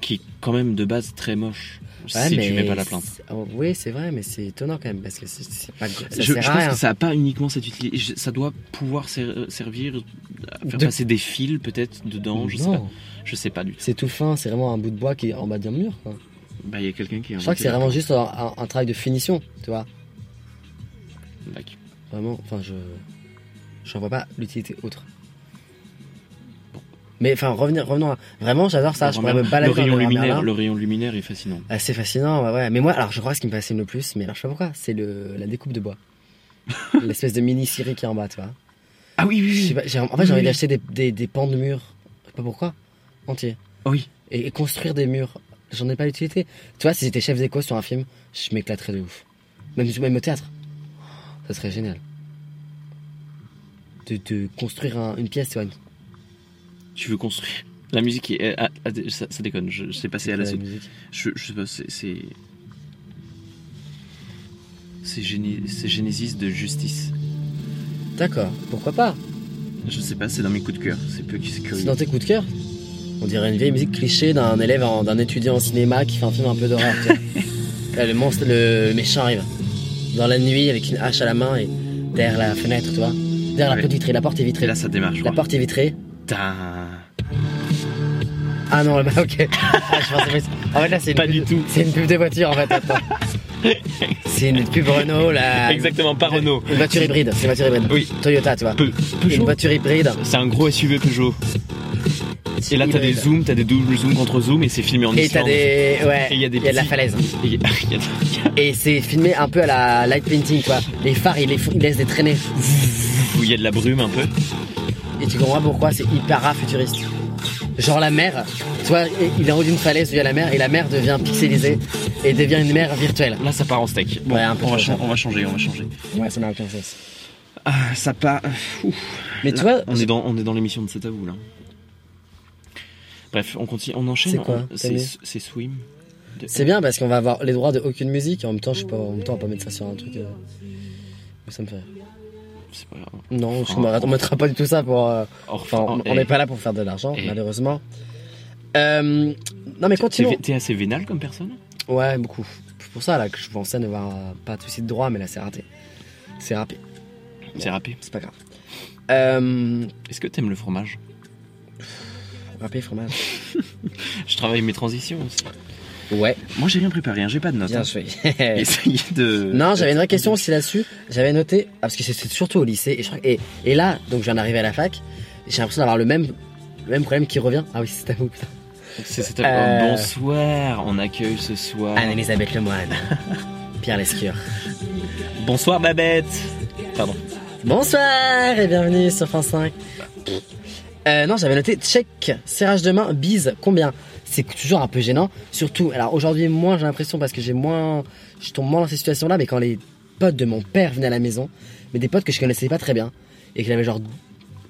Speaker 2: qui est quand même de base très moche
Speaker 1: Ouais,
Speaker 2: si
Speaker 1: mais
Speaker 2: tu mets pas la plainte.
Speaker 1: c'est- oh, oui, c'est vrai, mais c'est étonnant quand même parce que c'est- c'est pas ça
Speaker 2: je,
Speaker 1: sert
Speaker 2: je
Speaker 1: à
Speaker 2: pense
Speaker 1: rien.
Speaker 2: que ça n'a pas uniquement cette utilité. Je- Ça doit pouvoir ser- euh, servir à faire
Speaker 1: De-
Speaker 2: passer des fils peut-être dedans. Je sais pas.
Speaker 1: Non,
Speaker 2: Je sais pas du tout.
Speaker 1: c'est tout fin, c'est vraiment un bout de bois qui est en bas d'un mur. quoi.
Speaker 2: Bah, il y a quelqu'un qui. a
Speaker 1: Je crois que
Speaker 2: inventé
Speaker 1: c'est
Speaker 2: la
Speaker 1: vraiment juste un, un- un travail de finition, tu vois.
Speaker 2: plaque.
Speaker 1: Vraiment, enfin, je j'en vois pas l'utilité autre. Mais enfin, revenir, revenons. à- Vraiment, j'adore ça.
Speaker 2: Le
Speaker 1: Je
Speaker 2: Grand
Speaker 1: pourrais me
Speaker 2: Merlin- le
Speaker 1: balader. dans
Speaker 2: rayon
Speaker 1: le Grand
Speaker 2: luminaire,
Speaker 1: Merlin.
Speaker 2: le rayon luminaire est fascinant.
Speaker 1: Ah, c'est fascinant, ouais, ouais. Mais moi, alors je crois que ce qui me fascine le plus, mais alors je sais pas pourquoi, c'est le, la découpe de
Speaker 2: <laughs>
Speaker 1: bois. L'espèce de mini-série qui est en bas, tu vois.
Speaker 2: Ah oui,
Speaker 1: Je sais
Speaker 2: oui, oui.
Speaker 1: pas, j'ai- en fait, j'ai envie
Speaker 2: Oui.
Speaker 1: d'acheter des, des, des pans de murs, je sais pas pourquoi, entiers.
Speaker 2: Oui.
Speaker 1: Et, et construire des murs, j'en ai pas l'utilité. Tu vois, si j'étais chef d'éco sur un film, je m'éclaterais de ouf. Même, même au théâtre. Ça serait génial. De, de construire un- une pièce, tu vois. une-
Speaker 2: Tu veux construire. La musique est. ah, ah, ça, ça déconne, je, je sais passer à la suite.
Speaker 1: musique.
Speaker 2: Je, je sais pas, c'est. C'est c'est Géné- c'est Genesis de Justice.
Speaker 1: D'accord, pourquoi pas
Speaker 2: Je sais pas, c'est dans mes coups de cœur. C'est peu qui c'est
Speaker 1: C'est
Speaker 2: curieux.
Speaker 1: dans tes coups de cœur On dirait une vieille musique cliché d'un élève, en- d'un étudiant en cinéma qui fait un film un peu d'horreur.
Speaker 2: <laughs>
Speaker 1: tu vois. Là, le monstre, le méchant arrive dans la nuit avec une hache à la main et derrière la fenêtre, tu vois. Derrière la
Speaker 2: Ouais.
Speaker 1: porte vitrée, la porte est
Speaker 2: Et
Speaker 1: vitrée.
Speaker 2: là, ça démarre. je
Speaker 1: La
Speaker 2: crois.
Speaker 1: porte est vitrée.
Speaker 2: Putain.
Speaker 1: Ah non, bah
Speaker 2: <laughs>
Speaker 1: ok. Ah, je pensais pas- En fait, là, c'est une
Speaker 2: Pas
Speaker 1: pub-
Speaker 2: du tout.
Speaker 1: C'est une pub de voiture en fait.
Speaker 2: <laughs>
Speaker 1: attends. C'est une pub Renault là.
Speaker 2: Exactement, pas Renault.
Speaker 1: Une voiture hybride, c'est une voiture hybride.
Speaker 2: Oui.
Speaker 1: Toyota, tu vois.
Speaker 2: Peu-
Speaker 1: Une
Speaker 2: Peugeot.
Speaker 1: voiture hybride.
Speaker 2: C'est un gros SUV Peugeot. Et là, t'as des
Speaker 1: Hybride.
Speaker 2: zooms, t'as des doubles zooms contre zooms et c'est filmé en
Speaker 1: Et t'as
Speaker 2: Islande.
Speaker 1: des. Ouais.
Speaker 2: Et il y a des
Speaker 1: de la
Speaker 2: petits-
Speaker 1: falaise.
Speaker 2: Et y a- <laughs> y a des-
Speaker 1: Et c'est filmé un peu à la light painting, quoi. Les phares, ils les font- ils laissent des traînées.
Speaker 2: où il y a de la brume un peu.
Speaker 1: Et tu comprends pourquoi c'est hyper futuriste. Genre la mer, tu vois, il est en haut d'une falaise où il y a la mer, et la mer devient pixelisée et devient une mer virtuelle.
Speaker 2: Là, ça part en steak. Bon,
Speaker 1: Ouais, un peu
Speaker 2: on, va
Speaker 1: trop,
Speaker 2: chan-
Speaker 1: ouais.
Speaker 2: on va changer, on va changer.
Speaker 1: Ouais, ça n'a aucun sens.
Speaker 2: Ah, ça part.
Speaker 1: Mais tu vois,
Speaker 2: on est dans, on est dans l'émission de cet à vous là. Bref, on continue, on enchaîne.
Speaker 1: C'est quoi,
Speaker 2: on-
Speaker 1: t'as
Speaker 2: C'est
Speaker 1: mis
Speaker 2: c'est Swim. de-
Speaker 1: c'est bien parce qu'on va avoir les droits de aucune musique, et en même temps, je peux, en même temps, on va pas mettre ça sur un truc. euh, mais ça me fait. rire.
Speaker 2: C'est pas grave.
Speaker 1: Non, je comprends- on mettra pas du tout ça pour. euh,
Speaker 2: Or-
Speaker 1: Enfin, on-
Speaker 2: or-
Speaker 1: on
Speaker 2: eh,
Speaker 1: n'est pas là pour faire de l'argent,
Speaker 2: eh.
Speaker 1: malheureusement. Euh, non, mais
Speaker 2: t'es
Speaker 1: continuons.
Speaker 2: vé- T'es assez vénal comme personne.
Speaker 1: Ouais, beaucoup. C'est pour ça là que je pensais ne voir euh, pas de souci de droit, mais là c'est raté. C'est rapide,
Speaker 2: C'est râpé.
Speaker 1: c'est pas grave. Euh,
Speaker 2: Est-ce que t'aimes le fromage
Speaker 1: râpé fromage.
Speaker 2: Je travaille mes transitions aussi.
Speaker 1: Ouais,
Speaker 2: Moi, j'ai rien préparé, hein, j'ai pas de notes.
Speaker 1: bien
Speaker 2: hein.
Speaker 1: joué. <laughs>
Speaker 2: Essayez de.
Speaker 1: non, j'avais une vraie question aussi là-dessus. J'avais noté, ah, parce que c'est- c'est surtout au lycée, et, je crois que- et, et là, donc je viens d'arriver à la fac, j'ai l'impression d'avoir le même le même problème qui revient. Ah oui, c'est à vous, putain.
Speaker 2: C'est- c'est-
Speaker 1: Euh.
Speaker 2: Bonsoir, on accueille ce soir.
Speaker 1: Anne-Elisabeth Lemoine. <laughs> Pierre Lescure.
Speaker 2: Bonsoir Babette. Pardon.
Speaker 1: Bonsoir et bienvenue sur France 5. Euh, non, j'avais noté check, serrage de main, bise, combien C'est toujours un peu gênant, surtout. Alors aujourd'hui, moins j'ai l'impression parce que j'ai moins. Je tombe moins dans ces situations-là, mais quand les potes de mon père venaient à la maison, mais des potes que je connaissais pas très bien, et que j'avais genre.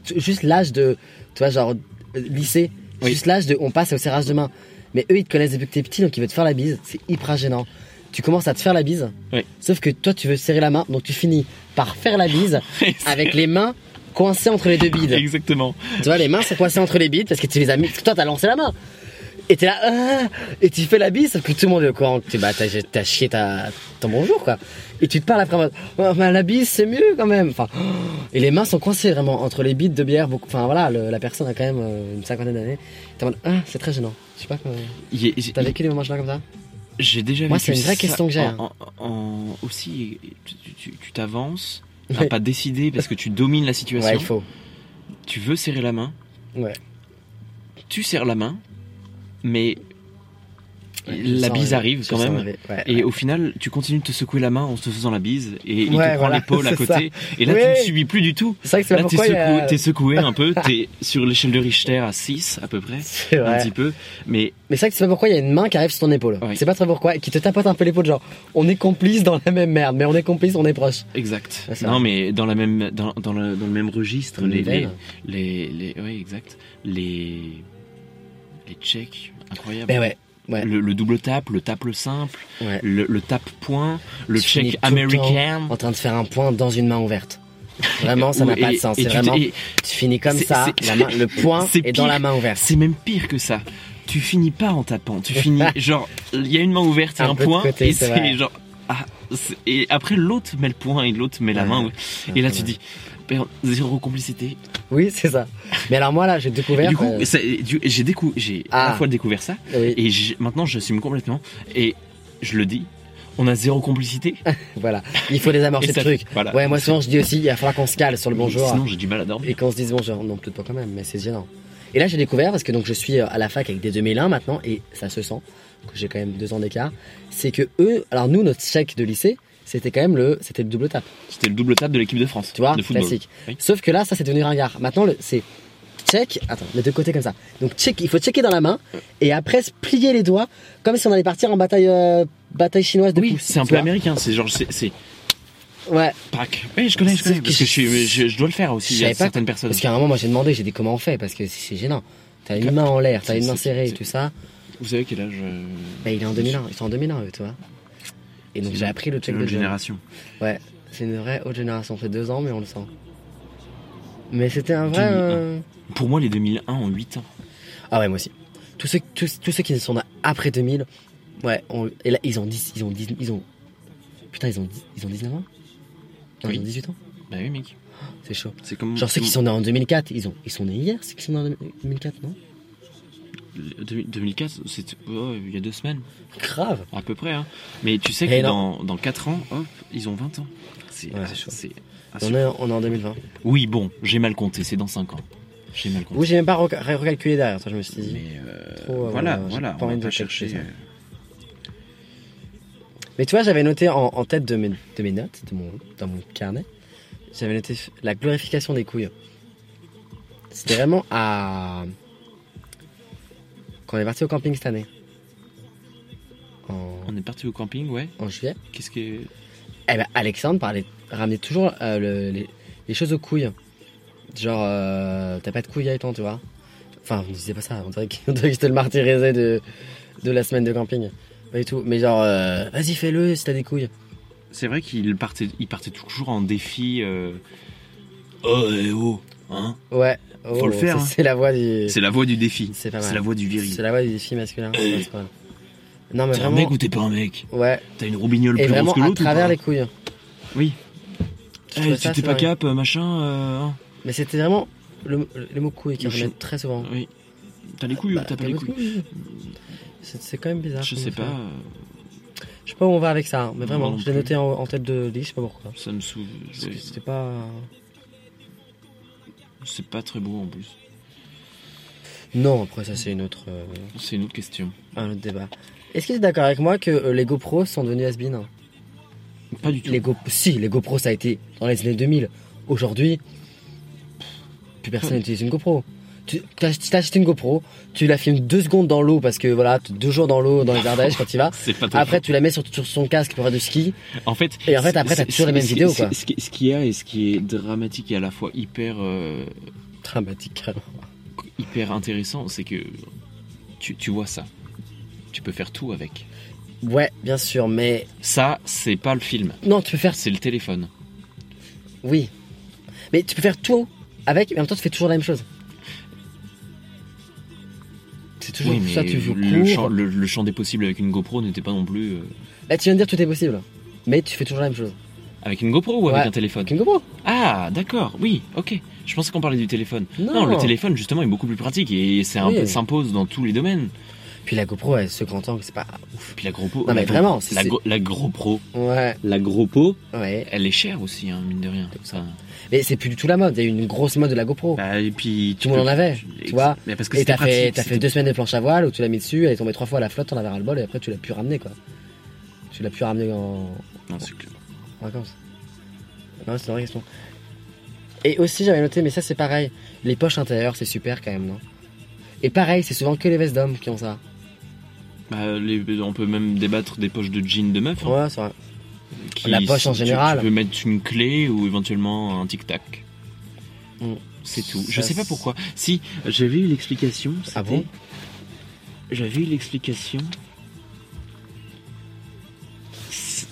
Speaker 1: t- Juste l'âge de. Tu vois, genre. euh, lycée.
Speaker 2: Oui.
Speaker 1: Juste l'âge de. On passe au serrage de main. Mais eux, ils te connaissent depuis que t'es petit, donc ils veulent te faire la bise. C'est hyper gênant. Tu commences à te faire la bise.
Speaker 2: Oui.
Speaker 1: Sauf que toi, tu veux serrer la main, donc tu finis par faire la
Speaker 2: <laughs>
Speaker 1: bise avec les mains coincées entre les deux bides.
Speaker 2: Exactement.
Speaker 1: Tu vois, les mains sont coincées entre les bides parce que tu les as mis. parce que Toi, t'as lancé la main. Et t'es là, ah, et tu fais la bise, sauf que tout le monde est au courant. que Tu bah, t'as, t'as chié ta, ton bonjour, quoi. Et tu te parles après en mode, oh, bah, la bise, c'est mieux quand même. Enfin, oh. et les mains sont coincées vraiment entre les bides de bière. beaucoup- Enfin, voilà, le- la personne a quand même euh, une cinquantaine d'années. T'es en mode, ah, c'est très gênant. Je sais pas, comment-
Speaker 2: Il est-
Speaker 1: t'as vécu des moments gênants comme ça
Speaker 2: J'ai déjà
Speaker 1: Moi,
Speaker 2: vécu
Speaker 1: c'est une vraie
Speaker 2: ça
Speaker 1: question que j'ai, hein.
Speaker 2: En, en- en- aussi, tu- tu- tu tu t'avances, t'as pas décidé parce que tu domines la situation.
Speaker 1: Ouais, il faut.
Speaker 2: Tu veux serrer la main.
Speaker 1: Ouais.
Speaker 2: Tu serres la main, mais
Speaker 1: Ouais, je
Speaker 2: la
Speaker 1: sens
Speaker 2: bise
Speaker 1: arriver.
Speaker 2: arrive
Speaker 1: Je
Speaker 2: quand
Speaker 1: sens
Speaker 2: même.
Speaker 1: arriver. Ouais,
Speaker 2: Et
Speaker 1: ouais.
Speaker 2: au final, tu continues de te secouer la main en te faisant la bise et il te
Speaker 1: Ouais,
Speaker 2: prend
Speaker 1: voilà,
Speaker 2: l'épaule
Speaker 1: <laughs>
Speaker 2: à
Speaker 1: c'est
Speaker 2: côté. Et là, tu
Speaker 1: Ouais.
Speaker 2: ne subis plus du tout.
Speaker 1: C'est vrai que c'est pas
Speaker 2: Là, t'es
Speaker 1: pourquoi il y
Speaker 2: secoué,
Speaker 1: a-
Speaker 2: t'es secoué un peu. T'es <laughs> sur l'échelle de Richter à 6 à peu près.
Speaker 1: <laughs> C'est
Speaker 2: Un
Speaker 1: vrai.
Speaker 2: petit peu. Mais
Speaker 1: Mais c'est vrai que c'est pas pourquoi il y a une main qui arrive sur ton épaule.
Speaker 2: Oui.
Speaker 1: C'est pas très pourquoi, et qui te tapote un peu l'épaule, genre on est complice dans la même merde, mais on est complice, on est proche.
Speaker 2: exact.
Speaker 1: Ouais, c'est
Speaker 2: non,
Speaker 1: vrai.
Speaker 2: mais dans, la même, dans, dans le, dans le même registre, les, les,
Speaker 1: Ben,
Speaker 2: les, les- ouais, exact. Les, les checks, incroyable.
Speaker 1: Ben ouais, ouais.
Speaker 2: Le, le double tap, le tap le simple,
Speaker 1: ouais.
Speaker 2: le, le tap point, le
Speaker 1: Tu finis
Speaker 2: check
Speaker 1: tout le
Speaker 2: américain.
Speaker 1: En train de faire un point dans une main ouverte. Vraiment, ça n'a
Speaker 2: Ou-
Speaker 1: pas de
Speaker 2: et-
Speaker 1: sens.
Speaker 2: et
Speaker 1: C'est
Speaker 2: tu t'es-
Speaker 1: vraiment,
Speaker 2: et
Speaker 1: tu finis comme
Speaker 2: c'est-
Speaker 1: ça,
Speaker 2: c'est-
Speaker 1: la main,
Speaker 2: <laughs>
Speaker 1: le point
Speaker 2: c'est
Speaker 1: est, dans
Speaker 2: pire.
Speaker 1: la main ouverte.
Speaker 2: C'est même pire que ça. Tu finis pas en tapant,
Speaker 1: <laughs>
Speaker 2: tu finis genre il y a une main ouverte et
Speaker 1: Un
Speaker 2: un,
Speaker 1: peu de
Speaker 2: point
Speaker 1: côté,
Speaker 2: et
Speaker 1: c'est
Speaker 2: c'est
Speaker 1: vrai.
Speaker 2: genre ah, c'est- et après l'autre met le point et l'autre met la
Speaker 1: Ouais.
Speaker 2: main et là
Speaker 1: Ouais.
Speaker 2: tu dis merde, zéro complicité.
Speaker 1: Oui, c'est ça. Mais alors moi là, j'ai découvert.
Speaker 2: du coup
Speaker 1: euh,
Speaker 2: ça- du- j'ai décou- j'ai à
Speaker 1: Ah.
Speaker 2: la fois découvert ça
Speaker 1: oui,
Speaker 2: et j'ai- maintenant j'assume complètement et je le dis on a
Speaker 1: <laughs>
Speaker 2: zéro complicité.
Speaker 1: voilà, il faut désamorcer
Speaker 2: Et
Speaker 1: le
Speaker 2: ça-
Speaker 1: truc.
Speaker 2: voilà.
Speaker 1: Ouais, moi souvent je dis aussi, il va falloir qu'on se cale Ah, sur le bonjour.
Speaker 2: Sinon j'ai du mal à dormir.
Speaker 1: et qu'on se dise bonjour. Non, peut-être pas quand même, mais c'est gênant. Et là, j'ai découvert, parce que donc je suis euh, à la fac avec des 2001 maintenant, et ça se sent, que j'ai quand même deux ans d'écart, c'est que eux, alors nous, notre chèque de lycée, c'était quand même le, c'était le double tap,
Speaker 2: C'était le double tap de l'équipe de France
Speaker 1: tu vois,
Speaker 2: de football.
Speaker 1: classique.
Speaker 2: Oui.
Speaker 1: Sauf que là, ça c'est devenu ringard. Maintenant, le, c'est check, attends, les deux côtés comme ça. Donc check, il faut checker dans la main, et après se plier les doigts, comme si on allait partir en bataille, euh, bataille chinoise de
Speaker 2: Oui,
Speaker 1: pouce,
Speaker 2: c'est un
Speaker 1: tu
Speaker 2: peu
Speaker 1: vois.
Speaker 2: américain, c'est genre c'est- c'est
Speaker 1: Ouais,
Speaker 2: Pâques. Oui, je connais, je connais.
Speaker 1: Sauf que
Speaker 2: Parce que je, suis- je, je dois le faire
Speaker 1: Je
Speaker 2: aussi. Il y a
Speaker 1: savais pas.
Speaker 2: certaines personnes.
Speaker 1: parce qu'à un moment, moi j'ai demandé, j'ai dit comment on fait, parce que c'est c'est gênant. T'as une main en l'air, t'as une main
Speaker 2: C'est- c'est-
Speaker 1: serrée,
Speaker 2: c'est-
Speaker 1: tout ça.
Speaker 2: Vous savez quel âge euh,
Speaker 1: Bah, il est en 2001, ils sont en 2001 eux, tu vois. Et donc
Speaker 2: C'est
Speaker 1: j'ai
Speaker 2: une-
Speaker 1: appris le check
Speaker 2: Quelle
Speaker 1: de
Speaker 2: autre Euh, génération
Speaker 1: Ouais, c'est une vraie haute génération, fait deux ans mais on le sent. Mais c'était un vrai...
Speaker 2: 2001.
Speaker 1: euh,
Speaker 2: Pour moi, les 2001 ont 8 ans.
Speaker 1: Ah ouais, moi aussi. Tous ceux, tous, tous ceux qui sont après 2000, ouais, on- et là, ils ont 10, ils ont 10, ils ont... Putain, ils ont, 10 ils ont 19 ans Non,
Speaker 2: Oui. Mm.
Speaker 1: ils ont 18 ans
Speaker 2: Bah oui, mec.
Speaker 1: C'est chaud.
Speaker 2: C'est comme.
Speaker 1: Genre ceux qui sont nés en 2004, ils, ont, ils sont nés hier, ceux qui sont nés en 2004, non
Speaker 2: Le- 2004, c'est. oh, il y a deux semaines,
Speaker 1: Grave
Speaker 2: à peu près. Hein. Mais tu sais
Speaker 1: Et
Speaker 2: que
Speaker 1: non.
Speaker 2: dans, dans 4 ans, hop, ils ont 20 ans. C'est.
Speaker 1: Ouais, c'est chaud.
Speaker 2: c'est- ah,
Speaker 1: on
Speaker 2: c'est-
Speaker 1: est, en- on est en 2020.
Speaker 2: Oui, bon, j'ai mal compté, c'est dans 5 ans. J'ai mal compté.
Speaker 1: Oui, j'ai même pas reca- recalculé derrière, toi, je me suis dit.
Speaker 2: Mais euh,
Speaker 1: Trop, euh,
Speaker 2: voilà,
Speaker 1: j'ai
Speaker 2: voilà,
Speaker 1: pas
Speaker 2: on
Speaker 1: envie
Speaker 2: va
Speaker 1: de
Speaker 2: pas
Speaker 1: calculer
Speaker 2: chercher.
Speaker 1: ça.
Speaker 2: euh,
Speaker 1: Mais tu vois, j'avais noté en, en tête de mes, de mes notes, de mon, dans mon carnet, j'avais noté f- la glorification des couilles. C'était vraiment à. Quand on est parti au camping cette année. En,
Speaker 2: On est parti au camping, ouais.
Speaker 1: en juillet.
Speaker 2: Qu'est-ce que.
Speaker 1: Eh ben, Alexandre parlait, ramenait toujours euh, le- les, les choses aux couilles. Genre, euh, t'as pas de couilles, Gaëtan, tu vois. Enfin, on disait pas ça, on dirait que on dirait que c'était le martyrisé de, de la semaine de camping. Pas du tout. Mais genre, euh, vas-y, fais-le si t'as des couilles.
Speaker 2: C'est vrai qu'il partait, il partait toujours en défi. euh, Oh, eh oh, hein
Speaker 1: Ouais. Oh,
Speaker 2: Faut le faire,
Speaker 1: c'est-
Speaker 2: hein.
Speaker 1: C'est la voix du.
Speaker 2: C'est la voix du défi.
Speaker 1: C'est pas mal.
Speaker 2: C'est la voix du viril.
Speaker 1: C'est la voix du défi masculin.
Speaker 2: Euh.
Speaker 1: Ouais, c'est pas mal. Non, mais
Speaker 2: T'es un
Speaker 1: vraiment.
Speaker 2: mec ou t'es pas un mec
Speaker 1: Ouais.
Speaker 2: T'as une roubignole
Speaker 1: Et
Speaker 2: plus grosse
Speaker 1: vraiment
Speaker 2: que
Speaker 1: à
Speaker 2: l'autre ou
Speaker 1: travers
Speaker 2: pas
Speaker 1: les couilles.
Speaker 2: Oui.
Speaker 1: Je
Speaker 2: Eh,
Speaker 1: trouvais
Speaker 2: tu
Speaker 1: ça
Speaker 2: t'es
Speaker 1: assez
Speaker 2: pas
Speaker 1: dingue.
Speaker 2: cap, euh, machin. euh, hein.
Speaker 1: Mais c'était vraiment le, le- le mot couille qui
Speaker 2: Le chou.
Speaker 1: revenait très souvent.
Speaker 2: Oui. T'as les couilles
Speaker 1: Bah,
Speaker 2: ou t'as pas les
Speaker 1: beaucoup de
Speaker 2: couilles
Speaker 1: C'est c'est quand même bizarre.
Speaker 2: Je
Speaker 1: comme
Speaker 2: sais
Speaker 1: affaire.
Speaker 2: pas. euh,
Speaker 1: Je sais pas où on va avec ça, hein, mais
Speaker 2: Moi
Speaker 1: vraiment,
Speaker 2: non
Speaker 1: je l'ai
Speaker 2: plus.
Speaker 1: noté en, en tête de liste, je sais pas pourquoi.
Speaker 2: Ça me souve.
Speaker 1: Parce que C'était pas.
Speaker 2: C'est pas très beau en plus.
Speaker 1: Non, après ça c'est une autre, euh,
Speaker 2: C'est une autre question.
Speaker 1: un autre débat. Est-ce que tu es d'accord avec moi que euh, les GoPros sont devenus hein has been
Speaker 2: Pas du tout.
Speaker 1: les Go- Si, les GoPros ça a été dans les années 2000. Aujourd'hui, pff, plus
Speaker 2: Hmm.
Speaker 1: personne n'utilise une GoPro. Tu t'ach- t'achètes une GoPro, tu la filmes deux secondes dans l'eau parce que voilà, t- deux jours dans l'eau dans les Ardèches quand il
Speaker 2: <laughs>
Speaker 1: va.
Speaker 2: C'est pas ton
Speaker 1: Ah, Après, tu la mets sur, sur son casque pour faire du ski.
Speaker 2: En fait,
Speaker 1: Et en fait,
Speaker 2: c'est-
Speaker 1: après, t'as
Speaker 2: c'est-
Speaker 1: toujours les
Speaker 2: c'est-
Speaker 1: mêmes
Speaker 2: c'est-
Speaker 1: vidéos,
Speaker 2: c'est-
Speaker 1: quoi.
Speaker 2: Ce qui- ce qu'il y a et ce qui est dramatique et à la fois hyper, euh,
Speaker 1: Dramatique, carrément.
Speaker 2: hyper intéressant, c'est que tu, tu vois ça. Tu peux faire tout avec.
Speaker 1: Ouais, bien sûr, mais
Speaker 2: Ça, c'est pas le film.
Speaker 1: non, tu peux faire.
Speaker 2: C'est le téléphone.
Speaker 1: Oui. Mais tu peux faire tout avec, mais en même temps, tu fais toujours la même chose. C'est toujours
Speaker 2: Oui, mais
Speaker 1: ça, tu joues
Speaker 2: le,
Speaker 1: court.
Speaker 2: champ, le- le champ des possibles avec une GoPro n'était pas non plus. euh,
Speaker 1: Là, tu viens de dire tout est possible, mais tu fais toujours la même chose.
Speaker 2: Avec une GoPro ou avec
Speaker 1: Ouais.
Speaker 2: un téléphone
Speaker 1: Avec une GoPro
Speaker 2: Ah, d'accord, oui, ok. Je pensais qu'on parlait du téléphone.
Speaker 1: Non.
Speaker 2: Non, le téléphone, justement, est beaucoup plus pratique et c'est un
Speaker 1: Oui.
Speaker 2: peu s'impose dans tous les domaines.
Speaker 1: Puis la GoPro, elle se grand angle, c'est pas ouf.
Speaker 2: Puis la GoPro.
Speaker 1: Non, mais
Speaker 2: la Go-
Speaker 1: vraiment, c'est-
Speaker 2: La, Go- la GoPro.
Speaker 1: Ouais,
Speaker 2: La GoPro,
Speaker 1: ouais.
Speaker 2: elle est chère aussi, hein, mine de rien. Ça.
Speaker 1: Mais c'est plus du tout la mode. Il y a eu une grosse mode de la GoPro.
Speaker 2: Bah, et puis.
Speaker 1: Tout le monde en avait, tu vois.
Speaker 2: Mais parce que
Speaker 1: Et
Speaker 2: c'était
Speaker 1: t'as fait,
Speaker 2: pratique.
Speaker 1: t'as fait
Speaker 2: c'était-
Speaker 1: deux semaines de planche à voile où tu l'as mis dessus, elle est tombée trois fois à la flotte, on avait ras le bol et après tu l'as pu ramener quoi. Tu l'as pu ramener en,
Speaker 2: Non, c'est clair.
Speaker 1: en vacances. Non, c'est une vraie question. Et aussi, j'avais noté, mais ça c'est pareil, les poches intérieures c'est super quand même, non Et pareil, c'est souvent que les vestes d'hommes qui ont ça.
Speaker 2: Bah, les- on peut même débattre des poches de jeans de meuf. hein,
Speaker 1: Ouais, c'est vrai.
Speaker 2: qui-
Speaker 1: la poche en
Speaker 2: tu-
Speaker 1: général.
Speaker 2: Tu peux mettre une clé ou éventuellement un tic-tac.
Speaker 1: Mm.
Speaker 2: C'est tout.
Speaker 1: Ça,
Speaker 2: Je sais pas
Speaker 1: c'est-
Speaker 2: pourquoi. Si, j'avais eu l'explication.
Speaker 1: Ah
Speaker 2: c'était-
Speaker 1: bon
Speaker 2: J'avais eu l'explication. C'est-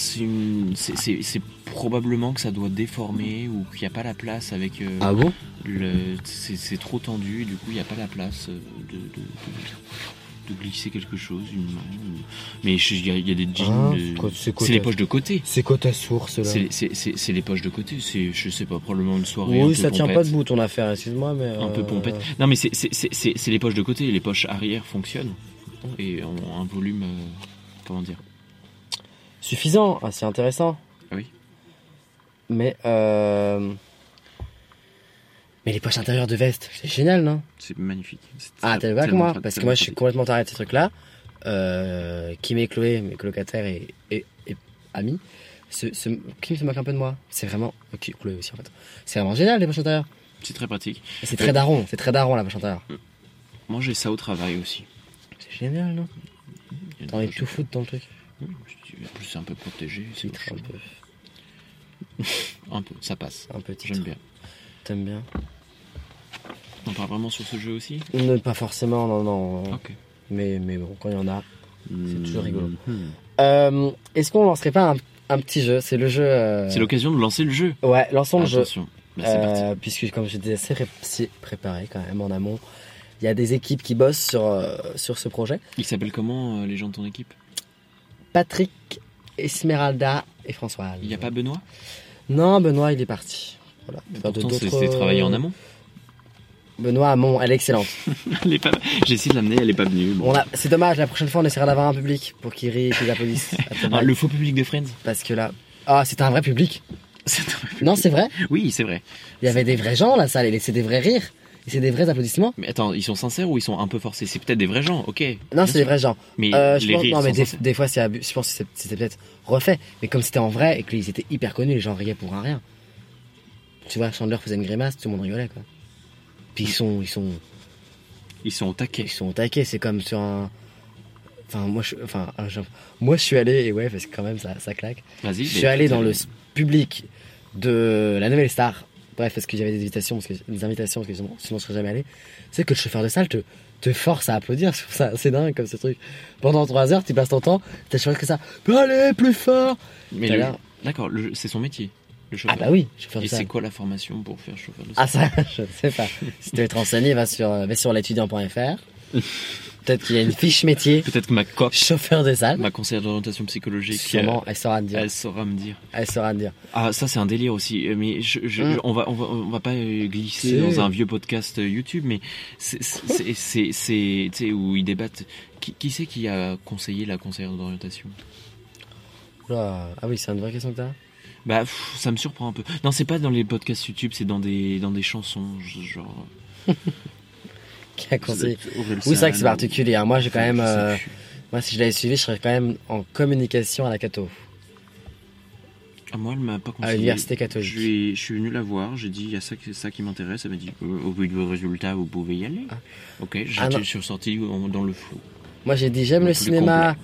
Speaker 2: C'est une- c'est- c'est- c'est probablement que ça doit déformer ou qu'il n'y a pas la place avec. euh,
Speaker 1: Ah bon
Speaker 2: le- c'est c'est trop tendu, du coup il n'y a pas la place euh, de, de- de- de glisser quelque chose, une main. ou- Mais je- il y, a- il y a des jeans. de-
Speaker 1: Ah, C'est
Speaker 2: C'est les poches de côté.
Speaker 1: C'est quoi ta source là
Speaker 2: C'est c'est- c'est- c'est les poches de côté. C'est, je sais pas, probablement une soirée. un
Speaker 1: Oui,
Speaker 2: peu
Speaker 1: ça tient
Speaker 2: pompette.
Speaker 1: pas debout ton affaire, excuse-moi, mais.
Speaker 2: Un peu
Speaker 1: euh,
Speaker 2: pompette. Non, mais c'est- c'est- c'est c'est- c'est les poches de côté. Les poches arrière fonctionnent et ont un volume. euh, comment dire
Speaker 1: Suffisant, ah, c'est intéressant.
Speaker 2: Ah oui.
Speaker 1: Mais euh... Mais les poches intérieures de veste, c'est génial, non
Speaker 2: C'est magnifique. C'est
Speaker 1: Ah,
Speaker 2: très-
Speaker 1: t'es pas avec
Speaker 2: tellement
Speaker 1: moi
Speaker 2: tra-
Speaker 1: Parce que
Speaker 2: tellement
Speaker 1: moi, je suis
Speaker 2: pratique.
Speaker 1: complètement taré de ces trucs-là. Euh, Kim et Chloé, mes colocataires et, et, et amis, se, se- Kim se moque un peu de moi. C'est vraiment... ok, Chloé aussi, en fait. C'est vraiment génial, les poches intérieures.
Speaker 2: C'est très pratique.
Speaker 1: Et c'est très daron, c'est très daron, la poche intérieure.
Speaker 2: Mm. Moi, j'ai ça au travail aussi.
Speaker 1: C'est génial, non
Speaker 2: Il y a une
Speaker 1: T'as envie de
Speaker 2: poche-
Speaker 1: tout foutre dans le truc.
Speaker 2: Oui, je dis, en plus, c'est un peu protégé. C'est
Speaker 1: Titre, un peu,
Speaker 2: Un peu, ça passe.
Speaker 1: un peu titre.
Speaker 2: J'aime bien.
Speaker 1: T'aimes bien
Speaker 2: On parle vraiment sur ce jeu aussi
Speaker 1: Ne Pas forcément, non, non.
Speaker 2: Ok.
Speaker 1: Mais, mais bon, quand il y en a...
Speaker 2: C'est
Speaker 1: toujours rigolo.
Speaker 2: Hmm.
Speaker 1: Euh, Est-ce qu'on lancerait pas un, un petit jeu C'est le jeu. euh,
Speaker 2: C'est l'occasion de lancer le jeu.
Speaker 1: Ouais, lançons le jeu.
Speaker 2: Attention, là c'est parti.
Speaker 1: Euh, puisque, comme je disais, c'est ré- c'est préparé quand même en amont. Il y a des équipes qui bossent sur, euh, sur ce projet.
Speaker 2: Il s'appelle comment euh, les gens de ton équipe
Speaker 1: Patrick, Esmeralda et François.
Speaker 2: Il n'y a pas Benoît
Speaker 1: Non, Benoît, il est parti. Voilà. Faire de
Speaker 2: Pourtant, c'est
Speaker 1: d'autres- euh,
Speaker 2: c'est travaillé en amont.
Speaker 1: Benoît Amon, elle est excellente.
Speaker 2: <laughs> Elle est pas- J'ai essayé de l'amener, elle est pas venue. bon.
Speaker 1: On a... C'est dommage, la prochaine fois, on essaiera d'avoir un public pour qu'il rie et qu'il
Speaker 2: <laughs>
Speaker 1: applaudisse. à ta
Speaker 2: Ah,
Speaker 1: blague,
Speaker 2: le faux public de Friends
Speaker 1: Parce que là. Ah, c'était un vrai public.
Speaker 2: C'est un public.
Speaker 1: Non, <laughs> c'est vrai.
Speaker 2: Oui, c'est vrai.
Speaker 1: Il y avait des vrais gens, la salle. Et c'est des vrais rires. Et c'est des vrais applaudissements.
Speaker 2: Mais attends, ils sont sincères ou ils sont un peu forcés C'est peut-être des vrais gens, ok.
Speaker 1: Non,
Speaker 2: Bien
Speaker 1: c'est
Speaker 2: sûr.
Speaker 1: des vrais gens.
Speaker 2: Mais
Speaker 1: Euh, je
Speaker 2: les
Speaker 1: pense,
Speaker 2: rires
Speaker 1: non, mais
Speaker 2: sont
Speaker 1: des,
Speaker 2: sincères.
Speaker 1: des fois, c'est abus- je pense que c'est- c'était peut-être refait. Mais comme c'était en vrai et qu'ils étaient hyper connus, les gens riaient pour un rien. Tu vois, Chandler faisait une grimace, tout le monde rigolait, quoi. Puis ils sont, ils sont,
Speaker 2: Ils sont au taquet.
Speaker 1: ils sont au taquet, c'est comme sur un. Enfin, moi je, enfin, un genre- moi, je suis allé, et ouais, parce que quand même, ça, ça claque. Je
Speaker 2: Vas-y.
Speaker 1: suis
Speaker 2: mais-
Speaker 1: allé dans le public de la Nouvelle Star. Bref, parce que j'avais des invitations, parce que des invitations, parce que sinon, sinon je serais jamais allé. C'est que le chauffeur de salle te, te force à applaudir. <laughs> Je trouve ça assez dingue comme ce truc. Pendant 3 heures, tu passes ton temps, t'as choisi que ça. Mais allez, plus fort
Speaker 2: Mais
Speaker 1: Tout à
Speaker 2: le-
Speaker 1: l'heure.
Speaker 2: D'accord, le- c'est son métier. Le
Speaker 1: Ah
Speaker 2: chauffeur.
Speaker 1: bah oui, chauffeur de
Speaker 2: Et
Speaker 1: salle.
Speaker 2: c'est quoi la formation pour faire chauffeur de
Speaker 1: Ah ça, <laughs> je sais pas. Si tu veux te renseigner, va sur, euh, va sur l'étudiant.fr. Peut-être qu'il y a une fiche métier,
Speaker 2: Peut-être que ma cop,
Speaker 1: chauffeur de salle.
Speaker 2: ma conseillère d'orientation psychologique,
Speaker 1: Sûrement, elle saura te
Speaker 2: euh,
Speaker 1: dire.
Speaker 2: elle saura me dire.
Speaker 1: Elle saura te dire.
Speaker 2: Ah, ça c'est un délire aussi. euh, Mais je, je-
Speaker 1: Mm.
Speaker 2: je- on va, on va, on va pas euh,
Speaker 1: Si.
Speaker 2: glisser dans un vieux podcast euh, YouTube, mais c'est, c'est, c'est, c'est- tu sais, où ils débattent. Qui, qui c'est qui a conseillé la conseillère d'orientation
Speaker 1: Oula. Ah oui, c'est une vraie question que t'as
Speaker 2: Bah, pff, ça me surprend un peu. Non, c'est pas dans les podcasts YouTube, c'est dans des, dans des chansons, je- genre.
Speaker 1: qui a conseillé.
Speaker 2: euh, Aurel
Speaker 1: Oui, c'est vrai
Speaker 2: San,
Speaker 1: que c'est particulier. hein. Moi, j'ai quand
Speaker 2: enfin,
Speaker 1: même.
Speaker 2: je sais
Speaker 1: euh,
Speaker 2: plus.
Speaker 1: moi, si je l'avais suivi, je serais quand même en communication à la Cato.
Speaker 2: Ah, moi, elle m'a pas conseillé.
Speaker 1: l'université catholique.
Speaker 2: Je, lui ai- je suis venu la voir, j'ai dit, il y a ça, qui- ça qui m'intéresse. Elle m'a dit, euh, au vu de vos résultats, vous pouvez y aller.
Speaker 1: Ah.
Speaker 2: Ok, j'étais
Speaker 1: Ah, non.
Speaker 2: je suis sorti en- dans le flou.
Speaker 1: Moi, j'ai dit j'aime
Speaker 2: Le
Speaker 1: le
Speaker 2: plus
Speaker 1: cinéma,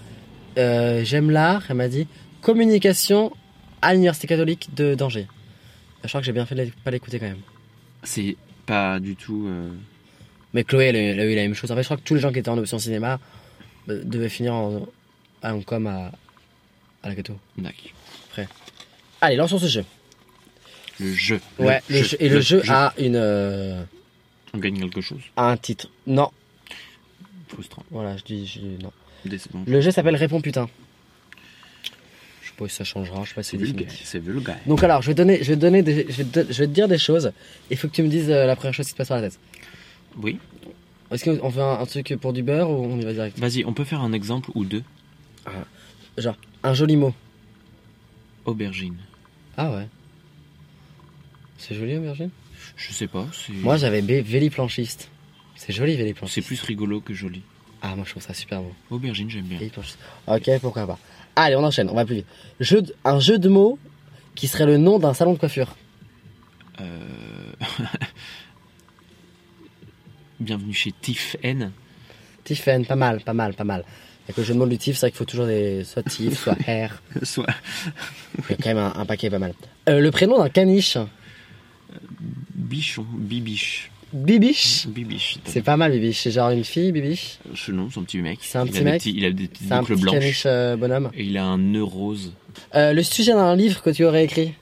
Speaker 1: euh, j'aime l'art. Elle m'a dit communication à l'université catholique de d'Angers. Je crois que j'ai bien fait de pas l'écouter quand même.
Speaker 2: C'est pas du tout. euh,
Speaker 1: Mais Chloé, elle, a- elle a eu la même chose. En fait, je crois que tous les gens qui étaient en option cinéma euh, devaient finir en, en com à, à la Cato.
Speaker 2: Nac.
Speaker 1: Allez, lançons ce jeu.
Speaker 2: Le jeu.
Speaker 1: ouais, le jeu- et le jeu,
Speaker 2: a.
Speaker 1: a une euh,
Speaker 2: On gagne quelque chose.
Speaker 1: a un titre. Non,
Speaker 2: Frustrant.
Speaker 1: voilà, je dis, je dis non.
Speaker 2: Décevant.
Speaker 1: Le jeu s'appelle Réponds putain. Je sais pas si ça changera, je sais pas si
Speaker 2: C'est
Speaker 1: c'est
Speaker 2: vulgaire.
Speaker 1: définitif.
Speaker 2: C'est vulgaire.
Speaker 1: Donc alors, je vais donner, je vais donner, des- je, vais te, je vais te dire des choses. Il faut que tu me dises euh, la première chose qui te passe par la tête.
Speaker 2: Oui.
Speaker 1: Est-ce qu'on fait un, un truc pour du beurre ou on y va direct
Speaker 2: Vas-y, on peut faire un exemple ou deux.
Speaker 1: Un joli mot.
Speaker 2: Aubergine.
Speaker 1: Ah ouais. C'est joli, aubergine.
Speaker 2: Je sais pas. c'est-
Speaker 1: Moi, j'avais bé- véliplanchiste. C'est joli, véliplanchiste.
Speaker 2: C'est plus rigolo que joli.
Speaker 1: Ah, moi, je trouve ça super beau.
Speaker 2: Aubergine, j'aime bien.
Speaker 1: Véliplanchiste. Ok, pourquoi pas. Allez, on enchaîne. On va plus vite. Jeu de- un jeu de mots qui serait le nom d'un salon de coiffure.
Speaker 2: Euh, <laughs> Bienvenue chez Tiff N.
Speaker 1: Tiffen, pas mal, pas mal, pas mal. Avec le jeu de mots du Tiff, c'est vrai qu'il faut toujours des soit Tiff, <laughs> soit Hair.
Speaker 2: Soit
Speaker 1: Il y a quand même un, un paquet pas mal. Euh, le prénom d'un caniche.
Speaker 2: Bichon, Bibiche.
Speaker 1: Bibiche.
Speaker 2: Bibiche.
Speaker 1: C'est pas mal, Bibiche. C'est genre une fille, Bibiche.
Speaker 2: Ce nom, c'est un petit mec.
Speaker 1: C'est un
Speaker 2: Il
Speaker 1: petit
Speaker 2: a des
Speaker 1: mec.
Speaker 2: petits- il a des petites
Speaker 1: C'est un
Speaker 2: boucles
Speaker 1: petit
Speaker 2: blanches.
Speaker 1: caniche euh, bonhomme.
Speaker 2: Et il a un nœud rose.
Speaker 1: Euh, le sujet d'un livre que tu aurais écrit.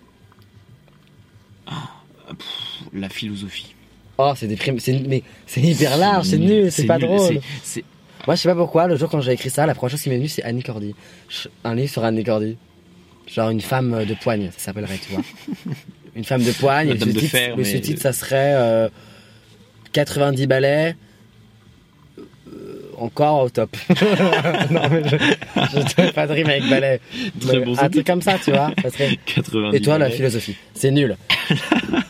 Speaker 2: Pff, La philosophie.
Speaker 1: Oh, c'est déprim- c'est mais c'est hyper large, c'est nul, c'est pas
Speaker 2: nul,
Speaker 1: drôle.
Speaker 2: c'est- c'est-
Speaker 1: Moi, je sais pas pourquoi, le jour quand j'ai écrit ça, la première chose qui m'est venue, c'est Annie Cordy. Ch- Un livre sur Annie Cordy. Genre une femme euh, de poigne, ça s'appellerait, tu vois.
Speaker 2: <laughs>
Speaker 1: Une femme de poigne, et
Speaker 2: La
Speaker 1: le
Speaker 2: dame de
Speaker 1: sous-titre, le
Speaker 2: fer, mais-
Speaker 1: sous-titre, ça serait euh, 90 balais, euh, encore au top. <laughs> non, mais je, je te fais pas de rime avec balais.
Speaker 2: Très
Speaker 1: Mais
Speaker 2: bon
Speaker 1: un
Speaker 2: sous-titre.
Speaker 1: truc comme ça, tu vois. ça
Speaker 2: <laughs>
Speaker 1: serait-
Speaker 2: 90
Speaker 1: Et toi, la
Speaker 2: balais.
Speaker 1: philosophie, c'est nul.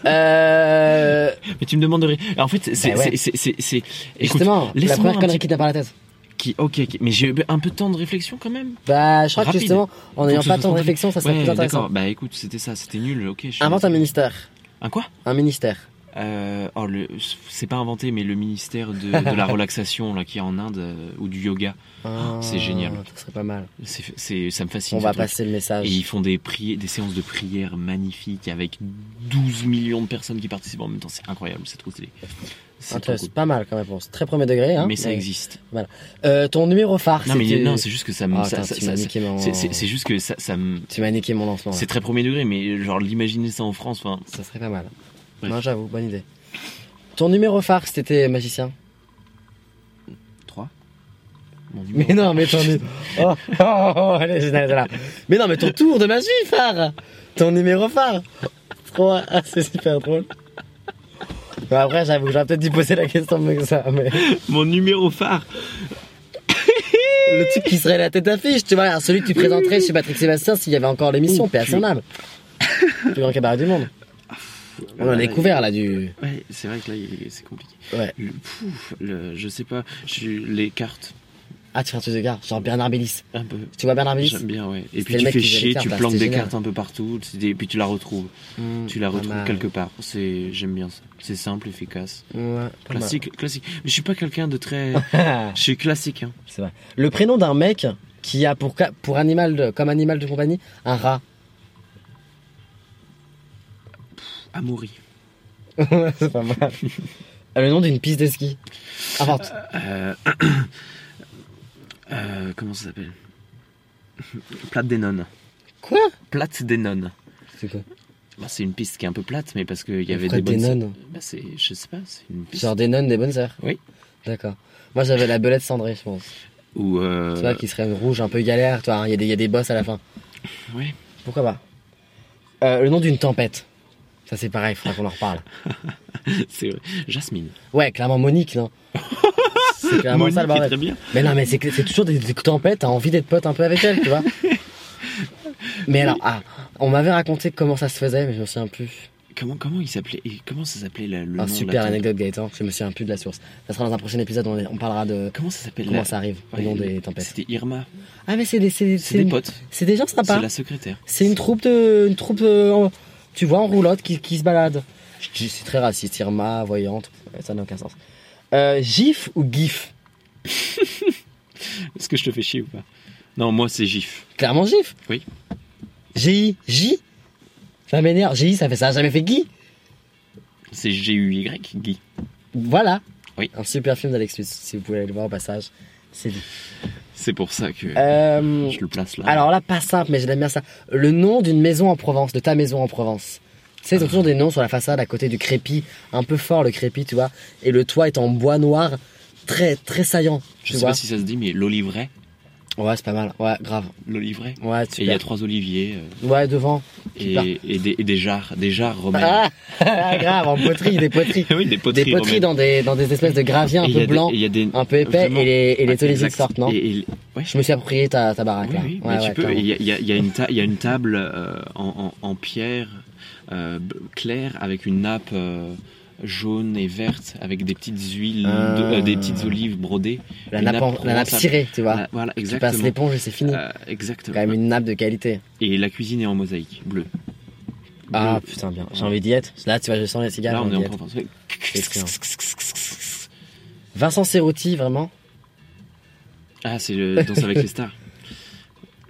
Speaker 1: euh,
Speaker 2: Mais tu me demandes de ré- En fait, c'est.
Speaker 1: Bah ouais.
Speaker 2: c'est- c'est- c'est- c'est- Écoute,
Speaker 1: justement, la
Speaker 2: laisse-moi
Speaker 1: première
Speaker 2: un
Speaker 1: connerie
Speaker 2: petit-
Speaker 1: qui t'a par la tête.
Speaker 2: qui- ok, ok, mais j'ai eu un peu de temps de réflexion quand même.
Speaker 1: Bah, je crois
Speaker 2: Rapide.
Speaker 1: que justement, en
Speaker 2: Faut
Speaker 1: n'ayant
Speaker 2: que ce
Speaker 1: pas
Speaker 2: soit
Speaker 1: tant de
Speaker 2: rapide.
Speaker 1: réflexion, ça serait
Speaker 2: ouais,
Speaker 1: plus intéressant. Ah,
Speaker 2: D'accord, bah écoute, c'était ça, c'était nul, ok. je suis-
Speaker 1: Invente un ministère.
Speaker 2: Un quoi
Speaker 1: Un ministère.
Speaker 2: Euh, oh, le, c'est pas inventé, mais le ministère de,
Speaker 1: <laughs>
Speaker 2: de la relaxation là qui est en Inde euh, ou du yoga,
Speaker 1: Ah,
Speaker 2: c'est génial.
Speaker 1: Ça serait pas mal.
Speaker 2: c'est, c'est- ça me fascine.
Speaker 1: On
Speaker 2: ce
Speaker 1: va
Speaker 2: truc.
Speaker 1: passer le message. Ah,
Speaker 2: Et ils font des pri- des séances de prière magnifiques avec 12 millions de personnes qui participent en même temps. C'est incroyable, c'est trop stylé. C'est trop
Speaker 1: Intéressant.
Speaker 2: cool.
Speaker 1: Pas mal comme réponse. Très premier degré. Hein,
Speaker 2: mais ça existe.
Speaker 1: Euh, ton numéro phare,
Speaker 2: Non, mais
Speaker 1: c'était-
Speaker 2: non, c'est juste que ça me.
Speaker 1: Ah,
Speaker 2: ça-
Speaker 1: attends,
Speaker 2: ça-
Speaker 1: tu m'as
Speaker 2: ça-
Speaker 1: niqué mon...
Speaker 2: c'est, c'est- c'est juste que ça, ça me.
Speaker 1: Tu m'as niqué mon lancement. là.
Speaker 2: C'est très premier degré, mais genre l'imaginer ça en France, enfin,
Speaker 1: Ça serait pas mal.
Speaker 2: Bref.
Speaker 1: Non, j'avoue, bonne idée. Ton numéro phare, c'était magicien.
Speaker 2: 3 Mon numéro.
Speaker 1: Mais non, mais ton. nu- oh, oh, oh, oh, allez, je n'arrête là. Mais non, mais ton tour de magie phare Ton numéro phare Trois. Ah, c'est super drôle. Bon, après, j'avoue, j'aurais peut-être dû poser la question mieux que ça, mais.
Speaker 2: <laughs> Mon numéro phare
Speaker 1: Le truc qui serait la tête d'affiche, tu vois, alors celui que tu présenterais chez Patrick Sébastien s'il y avait encore l'émission,
Speaker 2: Ouh,
Speaker 1: paix à son
Speaker 2: tu- <laughs>
Speaker 1: âme. Plus grand cabaret du monde. On en a découvert là du.
Speaker 2: Ouais, c'est vrai que là, il- c'est compliqué.
Speaker 1: Ouais.
Speaker 2: Le- pouf, le- je sais pas, je suis- les cartes,
Speaker 1: Ah, tu fais un truc de gare, genre Bernard Bélis.
Speaker 2: un peu.
Speaker 1: Tu vois Bernard Bélis
Speaker 2: J'aime bien, ouais. Et
Speaker 1: C'était
Speaker 2: puis
Speaker 1: le
Speaker 2: tu
Speaker 1: mec
Speaker 2: fais
Speaker 1: qui faisait les
Speaker 2: chier,
Speaker 1: cartes,
Speaker 2: tu
Speaker 1: là,
Speaker 2: plantes
Speaker 1: c'était
Speaker 2: des
Speaker 1: génial.
Speaker 2: cartes un peu partout, c'est des- puis tu la retrouves.
Speaker 1: Hmm.
Speaker 2: Tu
Speaker 1: Ah,
Speaker 2: la retrouves quelque part. C'est, j'aime bien ça. C'est simple, efficace,
Speaker 1: Ouais, Ah. pas mal.
Speaker 2: classique, classique. Mais je suis pas quelqu'un
Speaker 1: <laughs>
Speaker 2: de très, je suis classique. Hein.
Speaker 1: C'est vrai. Le prénom d'un mec qui a pour, ca- pour animal de- comme animal de compagnie un rat.
Speaker 2: Amaury.
Speaker 1: <laughs> c'est pas mal. Euh, Le nom d'une piste de ski. Ah, Importe.
Speaker 2: Euh, <coughs> euh, comment ça s'appelle <laughs> Plate des nonnes.
Speaker 1: Quoi
Speaker 2: Plate des nonnes.
Speaker 1: C'est quoi
Speaker 2: Bah, c'est une piste qui est un peu plate, mais parce qu'il y avait
Speaker 1: Pourquoi
Speaker 2: des bonnes.
Speaker 1: des nonnes
Speaker 2: Bah, c'est, je sais pas, c'est une piste.
Speaker 1: Genre des nonnes, des bonnes sœurs.
Speaker 2: Oui.
Speaker 1: D'accord. Moi j'avais la belette cendrée, je pense.
Speaker 2: Ou. euh,
Speaker 1: Tu vois, qui serait rouge, un peu galère, toi. hein. Il y, a des- il y a des boss à la fin.
Speaker 2: ouais. <laughs>
Speaker 1: Pourquoi pas Euh, Le nom d'une tempête. Ça c'est pareil, faudra qu'on en reparle.
Speaker 2: c'est vrai. Jasmine.
Speaker 1: Ouais, clairement Monique,
Speaker 2: <laughs>
Speaker 1: non C'est clairement
Speaker 2: Monique
Speaker 1: ça le
Speaker 2: est
Speaker 1: bordel.
Speaker 2: très bien.
Speaker 1: Mais non, mais c'est que- c'est toujours des, des tempêtes, t'as envie d'être pote un peu avec elle,
Speaker 2: <laughs>
Speaker 1: tu vois. mais alors, ah, on m'avait raconté comment ça se faisait, mais je me souviens plus.
Speaker 2: Comment, comment il s'appelait et Comment ça s'appelait la- le
Speaker 1: Ah,
Speaker 2: nom de la
Speaker 1: super
Speaker 2: tante
Speaker 1: anecdote, Gaëtan. Je me souviens plus de la source. Ça sera dans un prochain épisode. On, est- on parlera de
Speaker 2: Comment ça s'appelle
Speaker 1: comment
Speaker 2: la-
Speaker 1: ça arrive,
Speaker 2: Ouais,
Speaker 1: le nom des
Speaker 2: le-
Speaker 1: tempêtes.
Speaker 2: C'était Irma.
Speaker 1: Ah, mais c'est des, c'est,
Speaker 2: C'est
Speaker 1: c'est
Speaker 2: des
Speaker 1: une-
Speaker 2: potes.
Speaker 1: c'est des gens sympas.
Speaker 2: C'est la secrétaire.
Speaker 1: C'est une troupe de, une troupe, euh, en- tu vois, en roulotte qui, qui se balade. Je dis, C'est très raciste, Irma, voyante, Ouais, ça n'a aucun sens. Euh, GIF ou GIF
Speaker 2: Est-ce que je te fais chier ou pas Non, moi c'est GIF.
Speaker 1: Clairement GIF.
Speaker 2: Oui.
Speaker 1: GI, J. Ça m'énerve. GI, ça fait ça, a jamais fait Guy.
Speaker 2: C'est G-U-Y, Guy.
Speaker 1: Voilà.
Speaker 2: Oui.
Speaker 1: Un super film d'Alex Lutz, si vous pouvez aller le voir au passage. C'est dit.
Speaker 2: C'est pour ça que
Speaker 1: Euh,
Speaker 2: je le place là.
Speaker 1: alors là, pas simple, mais j'aime bien ça. Le nom d'une maison en Provence, de ta maison en Provence. Tu sais, ils ont toujours des noms sur la façade à côté du crépi, un peu fort le crépi, tu vois. Et le toit est en bois noir, très très saillant.
Speaker 2: je
Speaker 1: tu
Speaker 2: sais
Speaker 1: vois.
Speaker 2: pas si ça se dit, mais l'olivret.
Speaker 1: Ouais, c'est pas mal. Ouais, grave.
Speaker 2: L'olivret.
Speaker 1: Ouais,
Speaker 2: Et il y a
Speaker 1: super.
Speaker 2: trois oliviers euh,
Speaker 1: Ouais, devant. Super.
Speaker 2: et, et des, et des jarres, des jarres romaines.
Speaker 1: Ah, <laughs> grave, en poterie, des poteries.
Speaker 2: <laughs> oui, des poteries,
Speaker 1: Des poteries
Speaker 2: romaines.
Speaker 1: dans des, dans des espèces de graviers
Speaker 2: Et
Speaker 1: un
Speaker 2: il y
Speaker 1: peu
Speaker 2: a des-
Speaker 1: blancs,
Speaker 2: et il y a des-
Speaker 1: un peu épais,
Speaker 2: Vraiment.
Speaker 1: et les, et les
Speaker 2: Ah,
Speaker 1: tolésiques
Speaker 2: exact.
Speaker 1: sortent, non
Speaker 2: Et- et- ouais.
Speaker 1: Je me suis approprié ta, ta baraque,
Speaker 2: Oui,
Speaker 1: là.
Speaker 2: oui,
Speaker 1: Ouais,
Speaker 2: mais tu
Speaker 1: ouais,
Speaker 2: peux.
Speaker 1: clairement.
Speaker 2: Il y a, il y a- il y a une ta- il y a une table euh, en, en- en pierre euh, b- claire avec une nappe euh, jaune et verte avec des petites huiles,
Speaker 1: Ah.
Speaker 2: de- euh, des petites olives brodées.
Speaker 1: La
Speaker 2: une
Speaker 1: nappe, en-
Speaker 2: nappe
Speaker 1: la nappe
Speaker 2: provençale.
Speaker 1: cirée, tu vois.
Speaker 2: Voilà, voilà,
Speaker 1: Tu passes
Speaker 2: exactement.
Speaker 1: l'éponge et c'est fini.
Speaker 2: Euh,
Speaker 1: C'est
Speaker 2: exactement.
Speaker 1: quand même une nappe de qualité.
Speaker 2: Et la cuisine est en mosaïque bleue.
Speaker 1: Ah
Speaker 2: Bleue.
Speaker 1: putain, bien. J'ai envie d'y être. Là, tu vois, je sens les cigares.
Speaker 2: Là, on
Speaker 1: j'ai
Speaker 2: est en
Speaker 1: envie d'y être.
Speaker 2: train de-
Speaker 1: Excellent. Vincent Serrotti, vraiment.
Speaker 2: Ah, c'est le Danse avec les stars.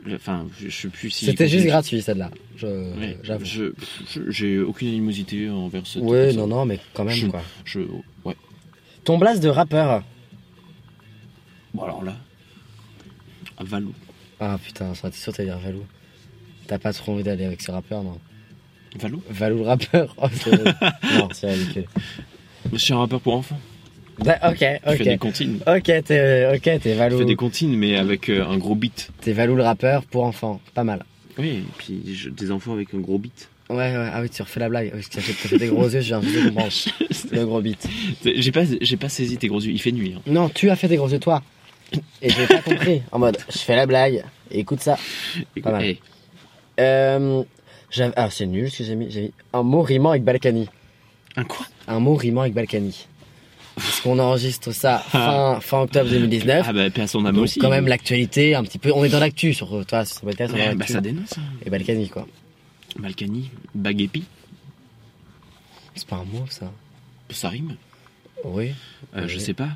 Speaker 2: Le- Enfin, je, je sais plus si.
Speaker 1: C'était juste
Speaker 2: je-
Speaker 1: gratuit, celle-là.
Speaker 2: Ouais,
Speaker 1: Je- J'avoue.
Speaker 2: je- je- J'ai aucune animosité envers ce.
Speaker 1: Ouais, non, non, mais quand
Speaker 2: Je-
Speaker 1: même, quoi.
Speaker 2: Je, ouais.
Speaker 1: Ton blase de rappeur.
Speaker 2: Bon, alors là. Valou.
Speaker 1: Ah putain, j'étais sûr que t'allais dire Valou. T'as pas trop envie d'aller avec ce rappeur, non
Speaker 2: Valou
Speaker 1: Valou le rappeur <laughs> Oh, c'est Non, c'est ridicule.
Speaker 2: Je suis un rappeur pour enfants.
Speaker 1: Da- Ok,
Speaker 2: Je fais des
Speaker 1: ok.
Speaker 2: comptines.
Speaker 1: Ok, t'es ok, t'es
Speaker 2: Je fais
Speaker 1: Valou.
Speaker 2: des comptines, mais avec euh, un gros beat.
Speaker 1: T'es Valou le rappeur pour enfants. Pas mal.
Speaker 2: Oui, et puis je- des enfants avec un gros beat.
Speaker 1: Ouais, ouais, ah oui, tu refais la blague. Oui, T'as fait, t'as fait des gros yeux, je viens juste de
Speaker 2: <laughs>
Speaker 1: comprendre. Le gros beat.
Speaker 2: J'ai pas, j'ai pas saisi tes gros yeux. Il fait nuit. hein.
Speaker 1: Non, tu as fait des gros yeux, toi. Et j'ai pas compris. En mode, je fais la blague. Et écoute ça. Pas mal.
Speaker 2: Eh,
Speaker 1: Euh, j'avais- ah, c'est nul ce que j'ai mis. J'ai mis un mot rimant avec Balkany.
Speaker 2: un quoi
Speaker 1: Un mot rimant avec Balkany. Parce qu'on enregistre ça fin, fin octobre 2019.
Speaker 2: Ah bah, paix à son âme
Speaker 1: Donc,
Speaker 2: aussi.
Speaker 1: quand même, l'actualité, un petit peu. On est dans l'actu sur toi, sur ce podcast. on est dans
Speaker 2: Ouais, bah,
Speaker 1: l'actu.
Speaker 2: ça dénonce. hein.
Speaker 1: Et Balkany, quoi.
Speaker 2: Balkany, Baguepi,
Speaker 1: C'est pas un mot, ça.
Speaker 2: ça rime.
Speaker 1: Oui.
Speaker 2: Euh, Je
Speaker 1: Oui.
Speaker 2: sais pas.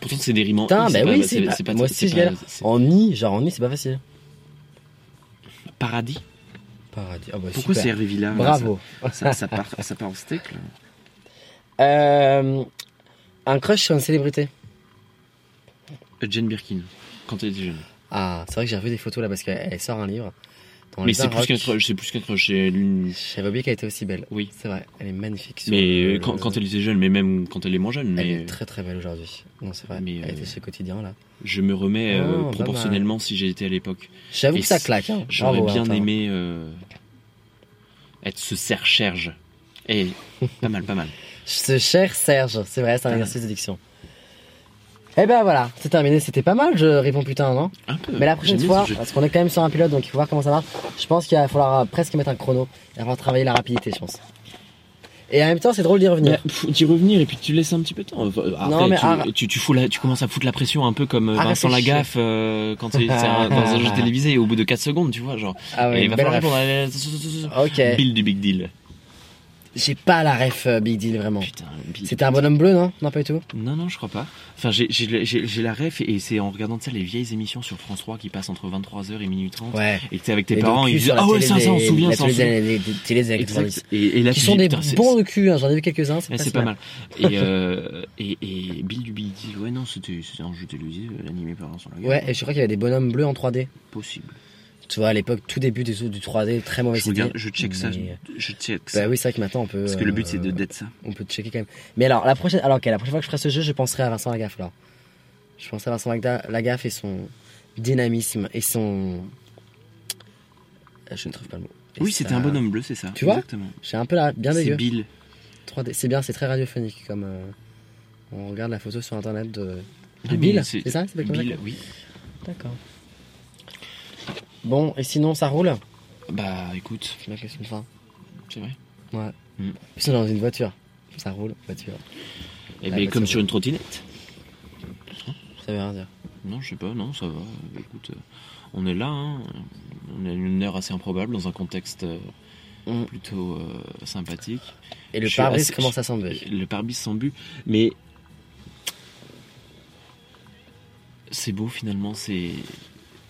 Speaker 2: Pourtant, c'est des rimes en
Speaker 1: Putain,
Speaker 2: i, c'est
Speaker 1: bah
Speaker 2: pas-
Speaker 1: oui,
Speaker 2: c'est-
Speaker 1: si, bah,
Speaker 2: c'est pas-
Speaker 1: moi
Speaker 2: c'est
Speaker 1: aussi, je
Speaker 2: pas-
Speaker 1: galère.
Speaker 2: c'est-
Speaker 1: En i, genre en i, c'est pas facile.
Speaker 2: Paradis.
Speaker 1: Paradis. Ah bah,
Speaker 2: Pourquoi c'est
Speaker 1: super.
Speaker 2: Hervé Villard là,
Speaker 1: Bravo.
Speaker 2: ça, ça, ça part, ça part en steak.
Speaker 1: <laughs>
Speaker 2: là.
Speaker 1: Euh, un crush sur une célébrité.
Speaker 2: Euh, Jane Birkin, quand elle était jeune.
Speaker 1: Ah, c'est vrai que j'ai revu des photos là parce qu'elle elle sort un livre. Dans
Speaker 2: Mais
Speaker 1: les
Speaker 2: c'est
Speaker 1: Baroques.
Speaker 2: plus qu'un crush, c'est plus qu'un crush, c'est une-
Speaker 1: J'avais oublié qu'elle était aussi belle.
Speaker 2: Oui.
Speaker 1: C'est vrai, elle est magnifique. sur
Speaker 2: Mais euh,
Speaker 1: le-
Speaker 2: quand,
Speaker 1: le-
Speaker 2: quand elle était jeune, mais même quand elle est moins jeune,
Speaker 1: Elle
Speaker 2: mais
Speaker 1: est très très belle aujourd'hui. Non, c'est vrai.
Speaker 2: Mais,
Speaker 1: elle
Speaker 2: euh,
Speaker 1: était chez Quotidien là.
Speaker 2: je me remets euh,
Speaker 1: Oh, pas
Speaker 2: proportionnellement si j'étais à l'époque.
Speaker 1: J'avoue
Speaker 2: et
Speaker 1: que ça
Speaker 2: si-
Speaker 1: claque. Hein.
Speaker 2: J'aurais
Speaker 1: Bravo,
Speaker 2: bien
Speaker 1: Valentin.
Speaker 2: aimé euh, être ce serre-cherge. Et pas mal, pas mal.
Speaker 1: Ce cher Serge, c'est vrai, c'est un
Speaker 2: Ah.
Speaker 1: exercice de diction. Eh ben voilà, c'est terminé. C'était pas mal, je réponds putain, non
Speaker 2: Un peu.
Speaker 1: Mais la prochaine
Speaker 2: J'aime bien
Speaker 1: fois,
Speaker 2: ce jeu.
Speaker 1: parce qu'on est quand même sur un pilote, donc il faut voir comment ça marche. Je pense qu'il va falloir euh, presque mettre un chrono. Il va falloir travailler la rapidité, je pense. Et en même temps, c'est drôle d'y revenir.
Speaker 2: Bah, faut y revenir et puis tu laisses un petit peu de temps. Enfin, après,
Speaker 1: mais Ah,
Speaker 2: tu,
Speaker 1: à-
Speaker 2: tu, tu fous la- tu commences à foutre la pression un peu comme euh,
Speaker 1: À
Speaker 2: Vincent
Speaker 1: réfléchir.
Speaker 2: Lagaffe euh,
Speaker 1: <laughs>
Speaker 2: quand c'est c'est un- dans un jeu télévisé au bout de 4 secondes, tu vois. Genre,
Speaker 1: Ah
Speaker 2: et
Speaker 1: ouais,
Speaker 2: il va
Speaker 1: belle
Speaker 2: falloir
Speaker 1: ref.
Speaker 2: répondre à-
Speaker 1: Ok,
Speaker 2: Bill du Big Deal.
Speaker 1: j'ai pas la ref euh, Big Deal vraiment.
Speaker 2: Putain, Bill.
Speaker 1: C'était un bonhomme bleu, non Non, pas du tout.
Speaker 2: Non, non, je crois pas. Enfin, j'ai- j'ai le- j'ai j'ai la ref et c'est en regardant ça les vieilles émissions sur France 3 qui passent entre 23h et minuit 30.
Speaker 1: Ouais.
Speaker 2: Et que t'es avec tes
Speaker 1: Les
Speaker 2: parents
Speaker 1: docus
Speaker 2: et ils disent
Speaker 1: sur la
Speaker 2: Ah ouais,
Speaker 1: télé
Speaker 2: ça, ça, on se
Speaker 1: des-
Speaker 2: souvient,
Speaker 1: la
Speaker 2: ça, on se
Speaker 1: télé
Speaker 2: souvient.
Speaker 1: des- des- des télés des années 90.
Speaker 2: Exact. Et, et là,
Speaker 1: Qui
Speaker 2: tu
Speaker 1: sont
Speaker 2: dis,
Speaker 1: des
Speaker 2: Putain, c'est-
Speaker 1: bons de cul, hein, j'en ai vu quelques-uns.
Speaker 2: Ouais,
Speaker 1: pas
Speaker 2: c'est
Speaker 1: si
Speaker 2: pas mal. Et, euh, et, et Bill du Big Deal, ouais, non, c'était c'était un jeu télévisé euh, animé par Vincent Lagaffe.
Speaker 1: Ouais, et je crois qu'il y avait des bonhommes bleus en 3D.
Speaker 2: Possible.
Speaker 1: Tu vois, à l'époque, tout début du, du 3D, très mauvais
Speaker 2: Je regarde,
Speaker 1: CD.
Speaker 2: je check ça.
Speaker 1: Mais-
Speaker 2: Je check ça.
Speaker 1: Bah oui, c'est vrai que maintenant on peut.
Speaker 2: Parce que le but,
Speaker 1: euh,
Speaker 2: c'est de d'être ça.
Speaker 1: On peut checker quand même. Mais alors, la prochaine, alors, ok, la prochaine fois que je ferai ce jeu, je penserai à Vincent Lagaffe alors. Je penserai à Vincent Lagda- Lagaffe et son dynamisme et son. Ah, Je ne trouve pas le mot. Et
Speaker 2: Oui,
Speaker 1: sa-
Speaker 2: c'était un bonhomme bleu, c'est ça.
Speaker 1: Tu vois
Speaker 2: Exactement.
Speaker 1: J'ai un peu la. Bien
Speaker 2: C'est
Speaker 1: dégueu.
Speaker 2: Bill.
Speaker 1: 3D. C'est bien, c'est très radiophonique comme. euh, On regarde la photo sur internet de.
Speaker 2: Ah,
Speaker 1: de
Speaker 2: mais
Speaker 1: Bill,
Speaker 2: c'est-
Speaker 1: c'est ça C'est pas comme ça
Speaker 2: Bill, oui.
Speaker 1: D'accord. Bon, et sinon, ça roule
Speaker 2: Bah écoute,
Speaker 1: Je mets une fin.
Speaker 2: c'est vrai.
Speaker 1: Ouais.
Speaker 2: Mm.
Speaker 1: Puis c'est dans une voiture. Ça roule, voiture.
Speaker 2: Et
Speaker 1: Ah,
Speaker 2: Eh bien
Speaker 1: bah,
Speaker 2: comme
Speaker 1: ça
Speaker 2: sur
Speaker 1: va.
Speaker 2: une trottinette.
Speaker 1: Ça veut rien dire.
Speaker 2: Non, je sais pas, non, ça va. Bah, Écoute, euh, on est là, hein. on a une heure assez improbable dans un contexte euh,
Speaker 1: Mm.
Speaker 2: plutôt euh, sympathique.
Speaker 1: Et le
Speaker 2: Je suis
Speaker 1: pare-brise
Speaker 2: assez-
Speaker 1: commence à s'enlever.
Speaker 2: Bah, Le pare-brise sans but, mais c'est beau finalement, c'est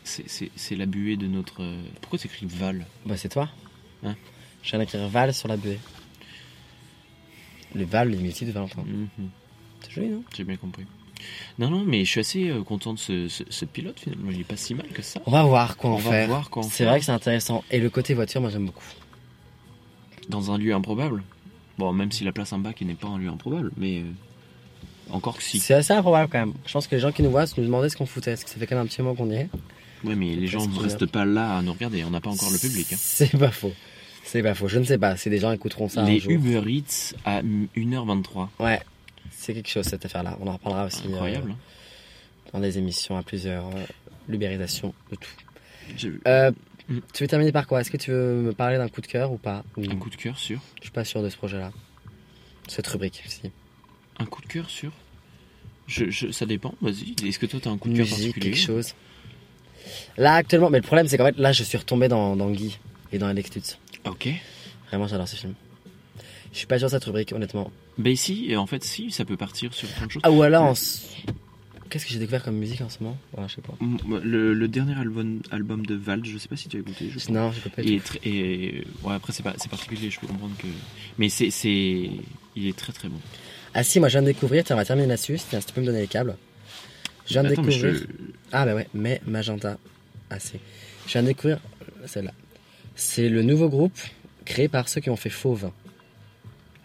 Speaker 2: c'est- c'est c'est la buée de notre. euh, Pourquoi t'écris Val
Speaker 1: Bah c'est toi.
Speaker 2: Hein
Speaker 1: Je viens d'écrire Val sur la buée. Le Val, le diminutif de Valentin.
Speaker 2: Mhm,
Speaker 1: C'est joli, non
Speaker 2: J'ai bien compris. Non, non, mais je suis assez euh, content de ce, ce- ce pilote finalement. Il est pas si mal que ça.
Speaker 1: On va voir quoi
Speaker 2: On
Speaker 1: en
Speaker 2: va
Speaker 1: faire.
Speaker 2: voir quoi en
Speaker 1: C'est
Speaker 2: faire.
Speaker 1: vrai que c'est intéressant. Et le côté voiture, moi j'aime beaucoup.
Speaker 2: Dans un lieu improbable. Bon, même si la place en bas qui n'est pas un lieu improbable, mais euh, encore que si.
Speaker 1: C'est assez improbable quand même. Je pense que les gens qui nous voient se nous demandaient ce qu'on foutait. Parce que ça fait quand même un petit moment qu'on y est.
Speaker 2: Ouais, mais les gens
Speaker 1: presque
Speaker 2: ne restent pas là à nous regarder. On n'a pas encore le public. hein.
Speaker 1: C'est pas faux. C'est pas faux. Je ne sais pas si des gens écouteront ça un
Speaker 2: Les
Speaker 1: jour.
Speaker 2: Uber Eats à 1h23.
Speaker 1: Ouais. C'est quelque chose cette affaire-là. On en reparlera aussi euh,
Speaker 2: Incroyable. hein.
Speaker 1: dans des émissions à plusieurs. euh, L'ubérisation de tout.
Speaker 2: Mm. J'ai-
Speaker 1: Euh,
Speaker 2: Mm.
Speaker 1: Tu veux terminer par quoi Est-ce que tu veux me parler d'un coup de cœur ou pas Ou-
Speaker 2: Un coup de cœur sur
Speaker 1: Je suis pas sûr de ce projet-là. Cette rubrique, si.
Speaker 2: Un coup de cœur sur je, je- Ça dépend, vas-y. Est-ce que toi, t'as un coup de cœur
Speaker 1: Musique,
Speaker 2: particulier
Speaker 1: quelque chose. Là, actuellement, mais le problème, c'est qu'en fait, là, je suis retombé dans, dans Guy et dans Alex Lutz.
Speaker 2: Ah, Ok.
Speaker 1: Vraiment, j'adore ce film. Je suis pas sûr de cette rubrique, honnêtement.
Speaker 2: Ben ici, et en fait, si, ça peut partir sur plein de choses.
Speaker 1: Ah, ou alors, en s- qu'est-ce que j'ai découvert comme musique en ce moment Voilà, je sais pas.
Speaker 2: Mm, Le, le dernier album, album de Vald, je sais pas si tu as écouté. Je
Speaker 1: Non, je peux pas.
Speaker 2: Il est très- et, ouais, après, c'est pas- c'est particulier, je peux comprendre que. Mais c'est. c'est- Il est très très bon.
Speaker 1: Ah, si, moi, je viens de découvrir, tiens, on va terminer là-dessus. Tiens, si tu peux me donner les câbles. Je viens de
Speaker 2: Attends, mais je-
Speaker 1: découvrir. Ah bah ouais, mais Magenta. Ah c'est. Je viens de découvrir euh, celle-là. C'est le nouveau groupe créé par ceux qui ont fait Fauve.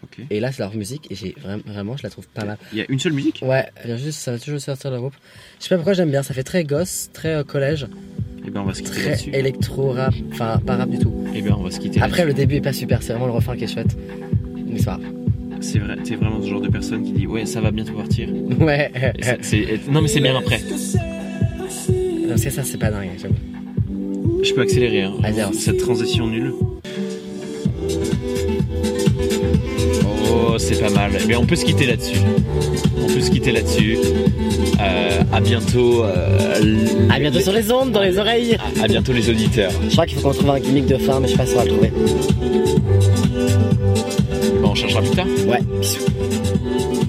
Speaker 2: Ok.
Speaker 1: Et là c'est leur musique et j'ai vraiment, vraiment je la trouve pas mal.
Speaker 2: Il y a une seule musique
Speaker 1: Ouais, elle vient juste, ça va toujours sortir le groupe. Je sais pas pourquoi j'aime bien, ça fait très gosse, très euh, collège,
Speaker 2: Et ben on va se quitter
Speaker 1: très
Speaker 2: là-dessus.
Speaker 1: électro-rap, enfin pas rap du tout.
Speaker 2: Et ben on va se quitter
Speaker 1: Après
Speaker 2: là-dessus.
Speaker 1: le début est pas super, c'est vraiment le refrain qui est chouette. Mais c'est pas grave.
Speaker 2: C'est vrai, t'es vraiment ce genre de personne qui dit ouais, ça va bientôt partir.
Speaker 1: Euh. <laughs> Ouais.
Speaker 2: Et c'est- c'est- Non, mais c'est bien après.
Speaker 1: Parce que ça c'est pas dingue, j'avoue.
Speaker 2: Je peux accélérer, hein.
Speaker 1: Allez, alors.
Speaker 2: Cette transition nulle. Oh, c'est pas mal. Mais on peut se quitter là-dessus. On peut se quitter là-dessus. Euh, à bientôt. euh, l-
Speaker 1: À bientôt sur les ondes, dans les oreilles.
Speaker 2: à bientôt les auditeurs.
Speaker 1: Je crois qu'il faut qu'on trouve un gimmick de fin, mais je sais pas si on va le trouver.
Speaker 2: Bon, on cherchera plus tard.
Speaker 1: Ouais, bisous.